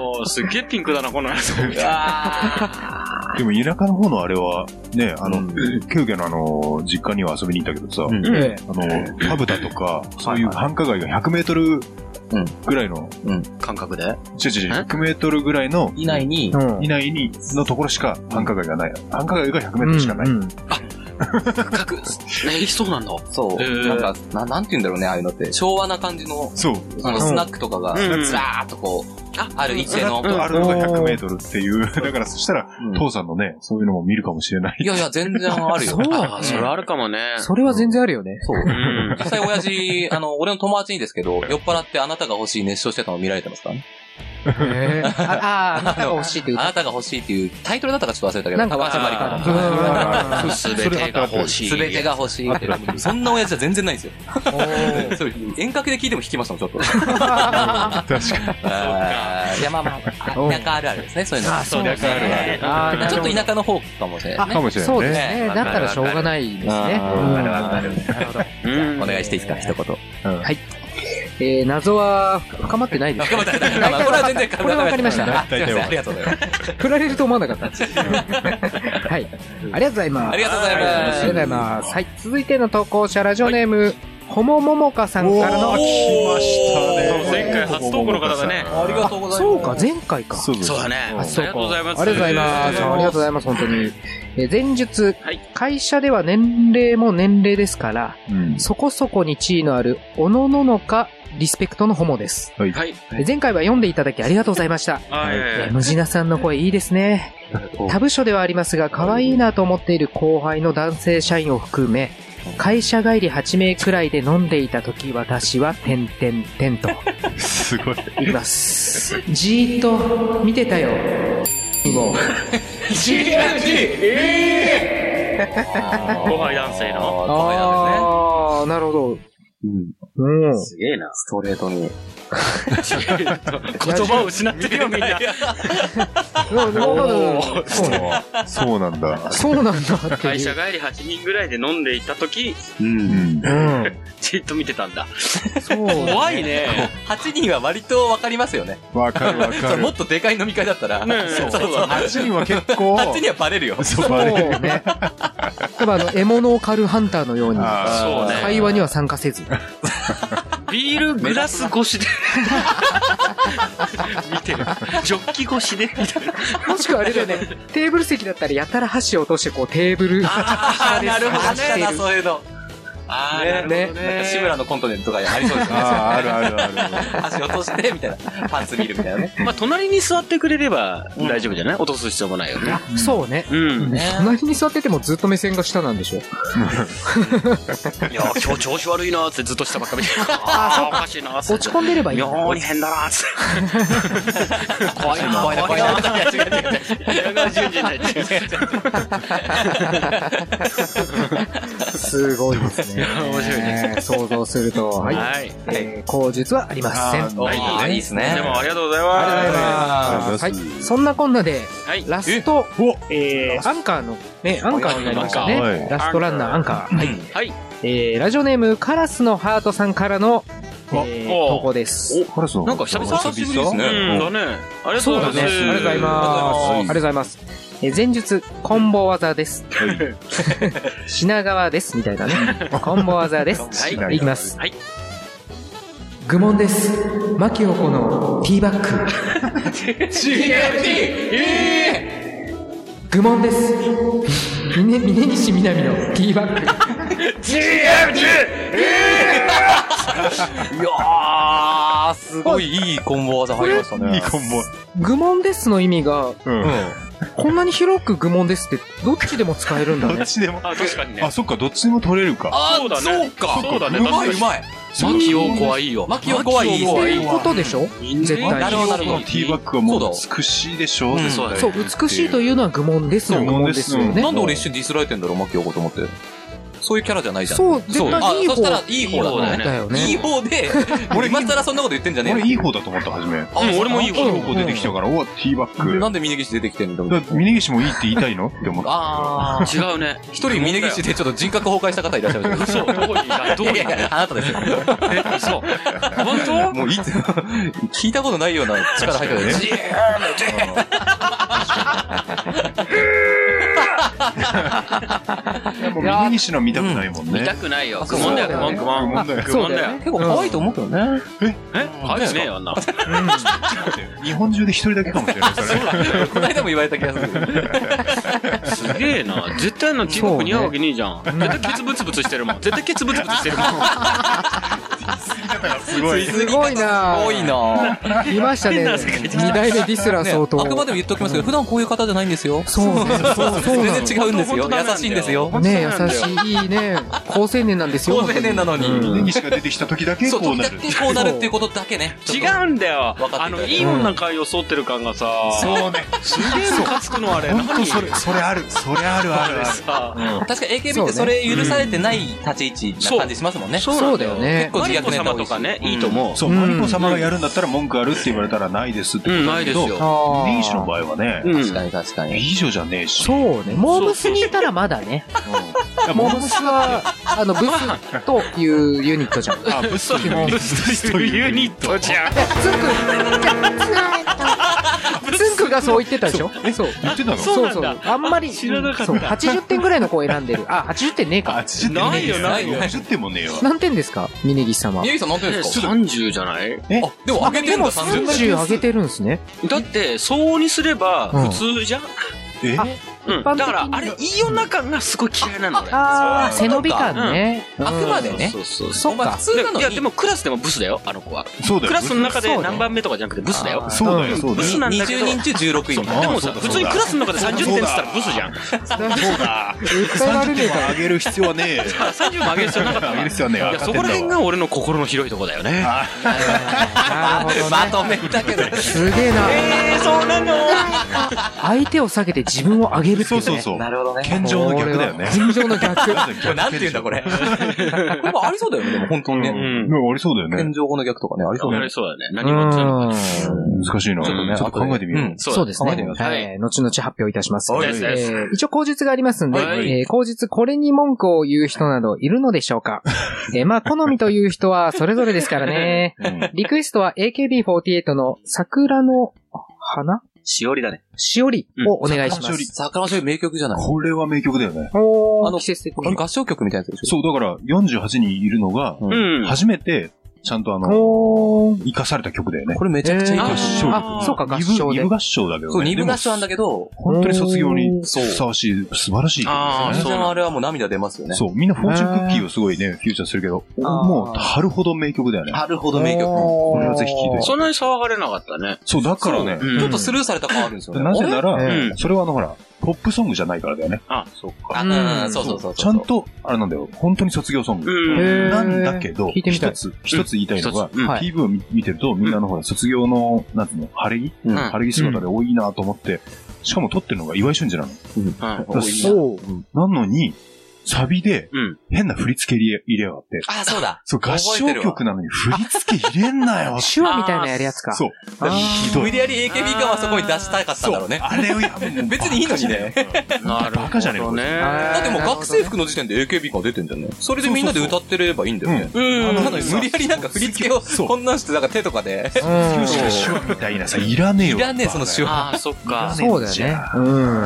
Speaker 2: おー、すっげえピンクだな、このナルト。
Speaker 5: あ
Speaker 3: でも田舎の方のあれは、ね、あの、
Speaker 5: うん
Speaker 3: 旧家のあの、実家には遊びに行ったけどさ、
Speaker 5: うん
Speaker 6: え
Speaker 3: あの、パブだとか、そういう繁華街が100メートル
Speaker 5: うん
Speaker 3: ぐらいの、
Speaker 2: 感覚で
Speaker 3: ちょちょちょ、
Speaker 2: え
Speaker 3: 100メートルぐらいの、
Speaker 5: 以内に
Speaker 6: え。、うん
Speaker 3: 以内に、のところしか繁華街がない。繁華街が100メートルしかない。
Speaker 6: うんうん
Speaker 2: かく、え、そうなんだ。
Speaker 5: そう、
Speaker 2: へー
Speaker 5: なんかな、なんて言うんだろうね、ああいうのって。昭和な感じの、
Speaker 3: そう。
Speaker 5: あの、
Speaker 6: うん
Speaker 5: スナックとかが、
Speaker 2: うん
Speaker 5: ずらーっとこう、
Speaker 2: あ
Speaker 5: ある一定の。
Speaker 3: あるのが100メートルっていう。だからそしたら、
Speaker 5: うん
Speaker 3: 父さんのね、そういうのも見るかもしれない。
Speaker 5: いやいや、全然あるよ。
Speaker 6: そう
Speaker 2: あそれあるかもね。
Speaker 6: それは全然あるよね。
Speaker 5: そう
Speaker 2: う。 ん。
Speaker 5: 実際親父、あの、俺の友達にですけど、酔っ払ってあなたが欲しい熱唱してたの見られてますからね。
Speaker 6: ええあ、あー、あなたが欲しいって
Speaker 5: あ
Speaker 6: 言う
Speaker 5: なたが欲しいっていう、タイトルだったかちょっと忘れたけど、
Speaker 6: なんか
Speaker 5: 川島理
Speaker 6: あ
Speaker 5: 香
Speaker 6: ー
Speaker 2: うんすべてが欲しい。
Speaker 5: すべて。が欲しいって。そんな親父は全然ないんですよ。そういう遠隔で聞いても弾きましたもん、ちょっと。
Speaker 3: 確かに。
Speaker 5: あーいや、まあまあ、田舎あるあるですね、そういうのは。
Speaker 2: そうですね。
Speaker 6: あーな
Speaker 5: ち
Speaker 6: る
Speaker 5: ょっ
Speaker 6: ほ
Speaker 5: と
Speaker 6: ど
Speaker 5: 田舎の方かもしれないね。
Speaker 3: かもしれない
Speaker 6: そうです
Speaker 3: ね。
Speaker 6: ね。だったらしょうがないですね。
Speaker 5: あ
Speaker 6: うん
Speaker 2: うん
Speaker 5: お願いしていいですか、一言。
Speaker 6: えー、謎は深まってないです。
Speaker 5: 頑張った、 頑張った。これは全然
Speaker 6: これは分かりました
Speaker 5: すいません、ありがとうございます。
Speaker 6: 振られると思わなかった。はい。ありがとうご
Speaker 5: ありがとうござ
Speaker 6: ざいます。
Speaker 5: います
Speaker 6: ありがとうございます。はい。続いての投稿者、ラジオネーム、ホモモモカさんからの
Speaker 3: おー。来ましたね。
Speaker 2: 前回初投稿の方だね
Speaker 5: ありがとうございます。
Speaker 6: そうか、前回か。
Speaker 3: そうです
Speaker 2: そうだね。あり
Speaker 6: そう
Speaker 2: が
Speaker 6: か
Speaker 2: とうございます。
Speaker 6: ありがとうございます。ありがとうございます、本当に。えー前述、
Speaker 2: はい
Speaker 6: 会社では年齢も年齢ですから、
Speaker 3: うん。
Speaker 6: そこそこに地位のある、おのののか、リスペクトのホモです。
Speaker 2: はい。
Speaker 6: えー前回は読んでいただきありがとうございました。
Speaker 2: はい。
Speaker 6: えームジナさんの声いいですね。他部署ではありますが、可愛いなと思っている後輩の男性社員を含め、会社帰り8名くらいで飲んでいた時、私は、てんてんてんと、
Speaker 3: すごい。
Speaker 6: いきます。じーっと、見てたよ。を
Speaker 2: 後輩男性の。
Speaker 5: 可愛いなんですね。
Speaker 6: ああ、なるほど。
Speaker 5: うん
Speaker 6: うん。
Speaker 2: すげえな。
Speaker 5: ストレートに。
Speaker 2: 言葉を失ってるよ、みんな。
Speaker 6: そうね
Speaker 3: そうなんだ。
Speaker 6: そうなんだって
Speaker 2: 会
Speaker 6: い
Speaker 2: 社
Speaker 6: う。
Speaker 2: 帰り8人ぐらいで飲んでいたとき、
Speaker 3: うん。
Speaker 6: うん。
Speaker 2: じっと見てたんだ。
Speaker 6: そう。
Speaker 2: 怖いね。
Speaker 5: 8人は割と分かりますよね。
Speaker 3: わかるわか
Speaker 5: それも
Speaker 3: る
Speaker 5: っ。とでかい飲み会だったら、
Speaker 2: ねえ
Speaker 5: そうそう
Speaker 2: そうだ
Speaker 3: 8人は結 構、
Speaker 5: 8人はバレるよ。
Speaker 3: そう
Speaker 6: そう
Speaker 3: バレる。
Speaker 6: ね。やっぱあの、獲物を狩るハンターのように、
Speaker 3: あ
Speaker 2: そうね。
Speaker 6: 会話には参加せず。
Speaker 2: ビールグラス越し で。見てる。ジョッキ越しで。見てる
Speaker 6: もしくはあれだよね、テーブル席だったらやたら箸を落として、こう、テーブル、
Speaker 5: あ
Speaker 6: 下
Speaker 5: ー
Speaker 6: で
Speaker 5: なるほど
Speaker 6: 探して
Speaker 5: ね、
Speaker 6: る。
Speaker 5: そういうの。ああ、なるほど
Speaker 6: ね
Speaker 5: ね。志村のコントでとかありそうですよね。
Speaker 3: ああ、あるあるある。
Speaker 5: 足落として、みたいな。パンツ見るみたいなね。
Speaker 2: まあ、隣に座ってくれれば大丈夫じゃない落とす必要もないよね。
Speaker 6: そうね。
Speaker 2: うん。
Speaker 6: 隣に座っててもずっと目線が下なんでしょ。
Speaker 2: いや、今日調子 悪いなーってずっと下ばっか見てる。ああ、おかしいなーって
Speaker 6: 落ち込んでればいいんだ。
Speaker 2: 妙に変だなーって。
Speaker 5: 怖いな、怖いな、怖いな。違う違う違う
Speaker 6: すごいですね。
Speaker 2: 面白い
Speaker 6: ね。想像すると。はい。
Speaker 2: はい。
Speaker 6: えー口述はありません。ありがとう
Speaker 5: おーいいですね
Speaker 2: で。もありがとうござい
Speaker 6: ご
Speaker 2: ます。
Speaker 6: ざい
Speaker 3: あ
Speaker 6: ま
Speaker 3: りがとうござ
Speaker 6: す。はいい
Speaker 3: ます。
Speaker 6: そんなこんなで、
Speaker 2: はい。
Speaker 6: ラスト、
Speaker 3: お
Speaker 6: えーアンカーの、ね、アンカーになりましたね。
Speaker 3: アンカーはい
Speaker 6: ラストランナー、アンカー。はい。
Speaker 2: はい。
Speaker 6: えーラジオネーム、カラスのハートさんからの、えー
Speaker 2: お
Speaker 6: 投稿です。
Speaker 3: カラスの
Speaker 2: なんか久々
Speaker 5: 久しぶりですね
Speaker 2: うん、だね。ありがとうございます。
Speaker 6: そうだねありがとうございますありがとうございます。えー前述、コンボ技です。品川です。みたいなね。 コンボ技です。。
Speaker 2: はい
Speaker 6: きます。
Speaker 2: はい。
Speaker 6: 愚問です。マキオコのティーバッグ。愚問です。峰、峰岸みなみのティーバッグ。
Speaker 5: いやー、すごいいいコンボ技入りましたね。
Speaker 3: いいコンボ。
Speaker 6: 愚問ですの意味が、
Speaker 3: うん。
Speaker 6: こんなに広く愚問ですって、どっちでも使えるんだ
Speaker 3: ど
Speaker 6: ね
Speaker 3: っ。ちでも。
Speaker 2: あ、確かにね
Speaker 3: あ、。そっか、どっちでも取れるか。
Speaker 5: あ
Speaker 2: そうだね
Speaker 5: そうか。
Speaker 2: そうだね
Speaker 5: うまい、う
Speaker 2: 確
Speaker 5: まい。
Speaker 2: マキオコはいいよ。
Speaker 5: マキオコはいい
Speaker 6: っ
Speaker 5: そ
Speaker 6: ていうことでしょ絶対
Speaker 5: なるほどなるほど
Speaker 3: ティーバッグはも
Speaker 5: そううだ
Speaker 3: 美しいでしょ
Speaker 5: うん
Speaker 2: そうだ
Speaker 6: そう、
Speaker 2: ね。
Speaker 6: 美しいというのは愚問ですの愚問ですよね。
Speaker 5: なんで俺一瞬ディスられてんだろう、マキオコと思って。そういうキャラじゃないじゃん。
Speaker 6: そう、絶
Speaker 5: そうあ
Speaker 6: 対いい
Speaker 5: そし
Speaker 6: 方
Speaker 5: たらいい方だね。
Speaker 6: だよ
Speaker 5: いい
Speaker 6: ね。
Speaker 5: 方で、 俺今更そんなこと言ってんじゃねえ
Speaker 3: 俺
Speaker 5: よ
Speaker 3: いい方だと思った、初め。
Speaker 5: あ
Speaker 2: うん俺もいい方
Speaker 3: いい方出てきたから、うわ、ティーバッグ。
Speaker 5: なんで峯岸出てきてん
Speaker 3: だ
Speaker 5: だ
Speaker 3: から峯岸もいいって言いたいのって思った。
Speaker 5: あー。
Speaker 2: 違うね。
Speaker 5: 一人峯岸でちょっと人格崩壊した方いらっしゃ るんです
Speaker 2: 嘘、どこにいたどう
Speaker 5: けど。
Speaker 2: に
Speaker 5: い
Speaker 2: い
Speaker 5: やいや、あなたですよ。
Speaker 2: た嘘。本
Speaker 5: もういいって聞いたことないような力入ってる。ジーン
Speaker 3: やもう峰岸の見たくないもん
Speaker 2: 見
Speaker 3: ね
Speaker 2: た。くないよ。
Speaker 4: あ
Speaker 2: 愚問だよ、
Speaker 4: そう
Speaker 2: 愚問、
Speaker 4: だよね
Speaker 2: 愚
Speaker 3: あ、
Speaker 2: 問。
Speaker 3: 問題
Speaker 2: そうだよ
Speaker 4: 結構可愛いと思うけどね。
Speaker 2: えあいつねえよ、あんな。
Speaker 3: 日本中で一人だけかもしれない。それ
Speaker 5: この間も言われた気がする。
Speaker 2: すげえな。絶対な、中国似合うわけねえじゃん。絶対ケツブツブツしてるもん。絶対ケツブツブツしてるもん。
Speaker 3: すごい。
Speaker 6: すごいな
Speaker 5: 多いなぁ。
Speaker 6: いましたね。
Speaker 2: 変な世界
Speaker 6: 二代目ディスラー相当。
Speaker 5: あくまでも言っときますけど、普段こういう方じゃないんですよ。
Speaker 6: そうねそうそうな
Speaker 5: 全然違うんですよ。
Speaker 2: 本当本当
Speaker 5: 優しいんですよ。
Speaker 6: の。ね優しい、いいね。好青年なんですよ。
Speaker 5: 高青年なのに。
Speaker 6: うん
Speaker 3: 峰岸が出てきた時だけ
Speaker 5: そう、
Speaker 3: こう
Speaker 5: 時
Speaker 3: な
Speaker 5: だ
Speaker 3: る。
Speaker 5: けこうなるっていうことだけね。ちょっ と
Speaker 2: 違うんだよ
Speaker 5: 分かっていただい。て
Speaker 2: あの、いい女か装ってる感がさ、
Speaker 3: そうね。
Speaker 2: すげえムカつくのあれ。
Speaker 3: 本当
Speaker 2: 何
Speaker 3: それ、それある。それあるあるある。
Speaker 2: さ、
Speaker 5: 確か AKB
Speaker 6: そ
Speaker 5: って
Speaker 6: うね
Speaker 5: それ許されてない立ち位置な感じしますもんね。
Speaker 2: そう
Speaker 6: そうだよね。
Speaker 5: 構
Speaker 2: マ
Speaker 5: 自
Speaker 2: リ
Speaker 5: 虐
Speaker 2: コ
Speaker 5: ネタ
Speaker 2: 様
Speaker 5: 多い
Speaker 2: と
Speaker 5: し
Speaker 2: かね、いいと思う。
Speaker 3: そう、マリコ様がやるんだったら文句あるって言われたらないですってことだけど、
Speaker 2: うんないです
Speaker 6: よあー
Speaker 3: 峰岸の場合はね、
Speaker 2: うん
Speaker 5: 確かに確かに。
Speaker 3: 美女じゃねえし。
Speaker 6: そうね。
Speaker 4: モームスにいたらまだね。
Speaker 3: いや
Speaker 6: モ
Speaker 3: も
Speaker 6: ー
Speaker 3: う
Speaker 6: ムスは、あの、ブスというユニットじゃん。
Speaker 3: あ、ブスというユニット
Speaker 2: ブスというユニットじゃん。
Speaker 6: つんく、つんくがそう言ってたでしょそう。
Speaker 3: 言ってたの
Speaker 2: そうなんだ
Speaker 6: あんまり、
Speaker 2: 知らなかった
Speaker 6: そう80点ぐらいの子を選んでる。あ、80点ねえ
Speaker 3: あ、
Speaker 6: か。
Speaker 3: 80点
Speaker 2: ないよ
Speaker 5: ないよ
Speaker 3: 80点もねえわ。
Speaker 6: 何点ですか峯岸さんは。
Speaker 5: ゆうさん何点ですか
Speaker 2: 30じゃない
Speaker 5: あ、でも上げてんだ、30
Speaker 6: 30上げてるんですね。
Speaker 2: だって、相応にすれば普通じゃん。
Speaker 3: え
Speaker 6: あ
Speaker 2: うん。
Speaker 6: 般的に
Speaker 2: だから、あれ、いい女感がすごい嫌いなの、俺。
Speaker 6: ああ、
Speaker 5: そう
Speaker 6: 背
Speaker 5: な
Speaker 6: 伸
Speaker 5: んだ
Speaker 6: び感ね。うん
Speaker 5: あくまでね。
Speaker 2: そうそうそう。
Speaker 6: そっ
Speaker 5: お前
Speaker 6: か
Speaker 5: 普。通なの
Speaker 2: いや、で
Speaker 5: に。
Speaker 2: もクラスでもブスだよ、あの子は。
Speaker 3: そうだよ。
Speaker 2: クラスの中 で
Speaker 6: そうだよ
Speaker 2: 何番目とかじゃなくてブスだよ。
Speaker 3: そうだよ、そうだ
Speaker 2: ブ
Speaker 3: よ。
Speaker 2: スなんだけど
Speaker 5: 20人中16位みたい
Speaker 2: で
Speaker 5: な。
Speaker 2: もさ、
Speaker 3: あそうだ
Speaker 2: 普通にクラスの中で30点って言ったらブスじゃん。
Speaker 3: そうだ。
Speaker 6: 訴えられ
Speaker 3: 30
Speaker 6: ねえ
Speaker 3: 点
Speaker 6: か
Speaker 3: は
Speaker 6: ら。
Speaker 3: 上げる必要はね
Speaker 2: 30も上げる必要なかった
Speaker 3: え。
Speaker 2: わ
Speaker 3: 上げる必要はねえ。
Speaker 2: いや、そこら辺が俺の心の広いとこだよね。
Speaker 6: なるほど
Speaker 5: ま
Speaker 6: ね。
Speaker 5: とめだけど。
Speaker 6: すげえな。
Speaker 2: えー、そうなの
Speaker 6: 相手を下げて自分を上げるってい
Speaker 3: そうう
Speaker 6: ね。
Speaker 3: そうそう。
Speaker 5: るほどね
Speaker 3: 健常の逆だよ
Speaker 6: これ
Speaker 3: ね
Speaker 6: は。尋常の逆。
Speaker 5: これなんて言うんだこれ。これもありそうだよね、でも本当に
Speaker 2: う
Speaker 5: ね。
Speaker 2: ん。
Speaker 3: うんありそうだよ
Speaker 5: 天
Speaker 3: ね。
Speaker 5: 井語の逆とかね、ありそうだよね。
Speaker 2: そうだね。何も言って
Speaker 6: うん。
Speaker 3: 難しいな。ちょっと考えてみよう。
Speaker 2: そ
Speaker 6: そうですね
Speaker 5: 考えてみ。ます
Speaker 6: はい。後々発表いたします。
Speaker 2: はい
Speaker 6: え
Speaker 2: ですです
Speaker 6: ー一応口述がありますんで、
Speaker 2: はい
Speaker 6: えー口述これに文句を言う人などいるのでしょうかえーまあ、好みという人はそれぞれですからね。リクエストは AKB48 の桜の花
Speaker 2: しおりだね。
Speaker 6: しおりをお願いしま
Speaker 3: うん
Speaker 6: す。
Speaker 5: 桜の勝利名曲じゃない。
Speaker 3: これは名曲だよね。
Speaker 6: お
Speaker 5: あ
Speaker 6: ー、
Speaker 5: の
Speaker 6: 季節的に。
Speaker 5: 合唱曲みたいなやつでしょ
Speaker 3: そう、だから48人いるのが、
Speaker 2: うん。
Speaker 3: 初めて、ちゃんとあの、
Speaker 6: おー。
Speaker 3: 生かされた曲だよね。
Speaker 5: これめちゃくちゃいい
Speaker 6: えー
Speaker 5: 曲
Speaker 3: 合。唱
Speaker 6: あ、そうか、合
Speaker 3: 二部
Speaker 6: 唱
Speaker 3: 二
Speaker 6: で
Speaker 3: 部。合唱だけどね。
Speaker 5: そう、二部合
Speaker 3: で
Speaker 5: 唱なんだけど、
Speaker 3: も本当に卒業にふさわしい、素晴らしい曲
Speaker 2: あ
Speaker 3: で
Speaker 5: 全
Speaker 3: すよね。
Speaker 5: 然あれはもう涙出ますよね。
Speaker 3: そう、みんなフォーチュンクッキーをすごいね、フューチャーするけど、
Speaker 6: あー
Speaker 3: もう、はるほど名曲だよね。
Speaker 5: なるほど名曲。
Speaker 6: こ
Speaker 3: れはぜひ聞いてほし
Speaker 2: そんなに騒がれなかったね。
Speaker 3: そう、だからね、
Speaker 2: うん
Speaker 5: ちょっとスルーされた感あるんですよね。
Speaker 3: なぜな
Speaker 6: あ
Speaker 3: ら、
Speaker 6: れ
Speaker 2: うん
Speaker 3: それはあの、ほら、ポップソングじゃないからだよね。
Speaker 2: あ、そうか。
Speaker 5: あうん、そうそうそうそう。
Speaker 3: ちゃんと、あれなんだよ、本当に卒業ソング。
Speaker 2: うん。
Speaker 3: なんだけど、
Speaker 6: 聞いてみた
Speaker 3: 一
Speaker 6: い。
Speaker 3: つ、一つ言いたいの
Speaker 2: 一
Speaker 3: が、
Speaker 2: つうん
Speaker 6: はい
Speaker 3: PV を見てると、みんなのほら、卒業の、なんつうの、晴れ着
Speaker 5: うん
Speaker 3: 晴れ着姿で多いなと思って、しかも撮ってるのが岩井俊二なの。
Speaker 2: うん
Speaker 5: 多いな
Speaker 6: そう。
Speaker 3: なのに、サビで
Speaker 2: うん、
Speaker 3: 変な振り付け入れ入れやがって、
Speaker 5: あ、そうだ。
Speaker 3: そう、合
Speaker 5: 覚えて
Speaker 3: 唱
Speaker 5: るわ
Speaker 3: 曲なのに振り付け入れんな よ
Speaker 6: 手話みたいなやるやつか。
Speaker 3: そう。
Speaker 6: あー
Speaker 3: ひど
Speaker 5: 無
Speaker 3: い。
Speaker 5: 理やり AKB 感はそこに出したかったんだろうね。
Speaker 3: あれをやめる
Speaker 5: 別にいいのにね。
Speaker 2: なる
Speaker 3: バカじゃねえ
Speaker 2: ほ
Speaker 3: の
Speaker 2: ど
Speaker 3: これ
Speaker 2: ね。
Speaker 5: だってもう学生服の時点で AKB 感出てんだよね。それでみんなで歌ってればいいんだよね。
Speaker 2: うん。
Speaker 5: なのに無理やりなんか振り付けを
Speaker 3: そう
Speaker 5: こんなんしてなんか手とかで。
Speaker 6: うん
Speaker 3: 手話みたいなさ、いらねえよ。
Speaker 5: いらねえその手話
Speaker 2: ああ、そっか。
Speaker 6: そうだよね。う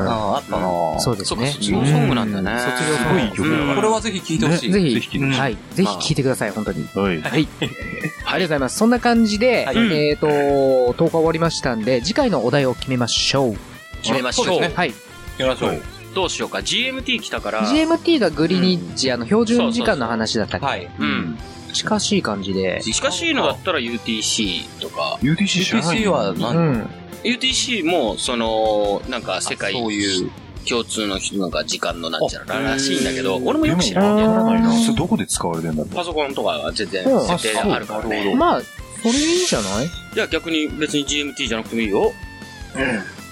Speaker 5: ああったな
Speaker 6: そうで
Speaker 2: そ
Speaker 6: すね
Speaker 2: うか卒業ソングなんだね
Speaker 6: う
Speaker 5: すごいいい曲だから。これはぜひ聴いてほしい。
Speaker 6: んぜ
Speaker 3: ぜ
Speaker 6: ひ
Speaker 3: ひ聞いてほしい
Speaker 6: はい。ぜひ聞いてください、本当に。
Speaker 3: はい。
Speaker 6: はい。ありがとうございます。そんな感じで、
Speaker 5: はい
Speaker 6: えっと、10日終わりましたんで、次回のお題を決めましょう。
Speaker 2: 決めましょう
Speaker 5: そうですね。
Speaker 6: はい。
Speaker 5: やりましょう。
Speaker 2: どうしようか。GMT 来たから。
Speaker 6: GMT がグリニッジ、あの、標準時間の話だったっ
Speaker 5: はい。
Speaker 2: うん。
Speaker 6: け近しい感じで。
Speaker 2: 近しいのだったら UTC とか。
Speaker 3: UTC 知らない
Speaker 5: UTC は
Speaker 6: う
Speaker 5: 何
Speaker 6: ん。
Speaker 2: UTC も、その、なんか世界
Speaker 5: そういう。
Speaker 2: 共通の人なんか時間のなんちゃららしいんだけど、俺もよく知
Speaker 3: でも
Speaker 2: ら
Speaker 6: ん
Speaker 2: な
Speaker 6: ね
Speaker 2: い
Speaker 3: わからないな。それどこで使われてんだろう。
Speaker 2: パソコンとかは全然
Speaker 6: うん
Speaker 2: 設定があるからね。
Speaker 6: まあ、それいいんじゃない
Speaker 2: じゃあ逆に別に GMT じゃなくてもいいよ。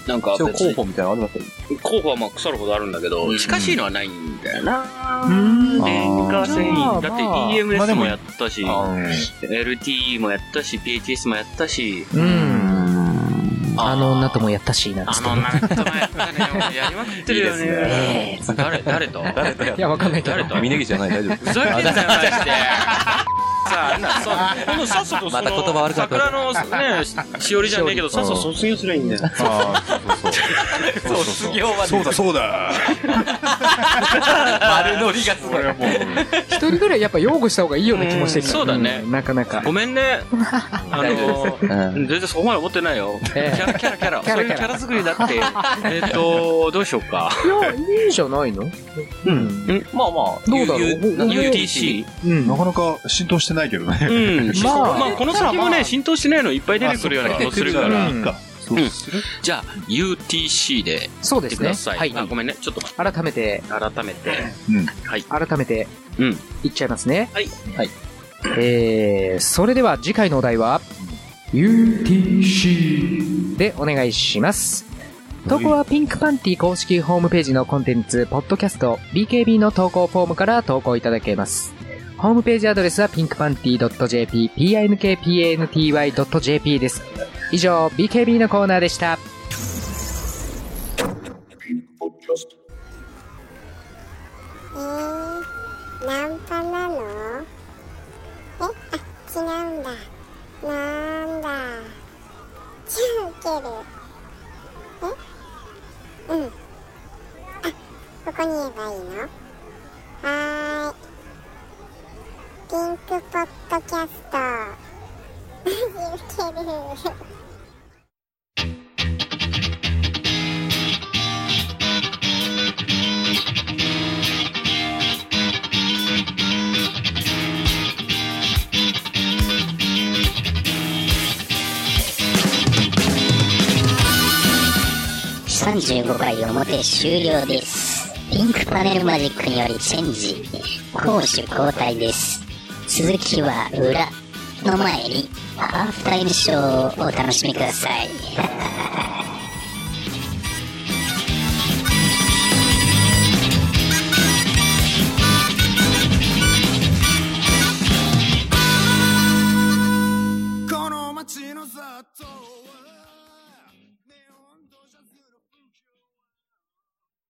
Speaker 2: なんか
Speaker 5: 一応
Speaker 2: 別
Speaker 5: 候
Speaker 2: に
Speaker 5: 補みたいなのありましたよ
Speaker 2: 候補はまあ腐るほどあるんだけど、近しいのはないんだよな。
Speaker 6: うん
Speaker 2: 電化製品。だ
Speaker 6: ま
Speaker 2: っ
Speaker 6: あ
Speaker 2: て
Speaker 3: ま
Speaker 6: まあ
Speaker 3: あで
Speaker 2: EMS
Speaker 3: も
Speaker 2: もやったし、LTE もやったし、PHS もやったし、
Speaker 6: うん。あの女ともやったし、なんつ
Speaker 2: あ
Speaker 6: って
Speaker 2: の、なんとかやった ね。やりまくってるよ
Speaker 5: いい
Speaker 2: ね。誰、誰と
Speaker 5: 誰だよ
Speaker 6: いや、わかんないけど
Speaker 2: 誰。と
Speaker 5: 峯岸じゃない、大丈夫。
Speaker 2: ふざけんなよ、マジで。さあ、な、そう、このさっさとその、
Speaker 5: また言葉悪かった
Speaker 2: 桜のね、ししおりじゃねえけど、さっさと卒業すればいいんだよ。
Speaker 3: ああ、そうそう
Speaker 5: そう、卒業はね
Speaker 3: そうだ、そうだ。
Speaker 5: 丸乗りがすごい。
Speaker 3: もう、
Speaker 6: 一人ぐらいやっぱ擁護した方がいいような気もしてきた
Speaker 2: うんそうだね
Speaker 6: んなかなか
Speaker 2: ご。めんね。あの、全然そこまで思ってないよ。キ
Speaker 6: ええ
Speaker 2: ャラ、キャラ、キャラ。
Speaker 6: キャラ
Speaker 2: そういうキャラ作りだって。えっと、どうしようか。
Speaker 6: いや、いいじゃないのうん。
Speaker 5: まあまあ、
Speaker 6: どうだろう僕
Speaker 2: UTC。
Speaker 6: うん。
Speaker 3: なかなか浸透してないけどね。
Speaker 2: うん。
Speaker 6: まあ
Speaker 2: まあ、この先もね、浸透してないのいっぱい出てくるような気もするか
Speaker 3: あそっ
Speaker 2: ら。
Speaker 3: いいか。そうする
Speaker 2: じゃあ、UTC で
Speaker 6: そうで
Speaker 2: 来て
Speaker 6: す
Speaker 2: く
Speaker 6: ね。
Speaker 2: ださ。
Speaker 6: はい
Speaker 2: あ
Speaker 6: い。
Speaker 2: ごめんね。ちょっと待
Speaker 6: 改めて、
Speaker 2: って改めて。
Speaker 6: 改めて、
Speaker 2: うん
Speaker 6: いっちゃいますね。
Speaker 2: はい。
Speaker 5: はい。
Speaker 6: えー、それでは次回のお題は、UTC でお願いします。投稿はピンクパンティ公式ホームページのコンテンツ、ポッドキャスト、BKB の投稿フォームから投稿いただけます。ホームページアドレスは pinkpanty.jp、pinkpanty.jp です。以上、BKB のコーナーでした。
Speaker 1: えー、ナンパなのえ、あ、違うんだ。なんだ。じゃあ受ける。えうん。あ、ここに言えばいいのはーい。ピンクポッドキャスト。 何受ける
Speaker 8: 35回表終了です。ピンクパネルマジックによりチェンジ。攻守交代です。続きは裏の前にハーフタイムショーをお楽しみください。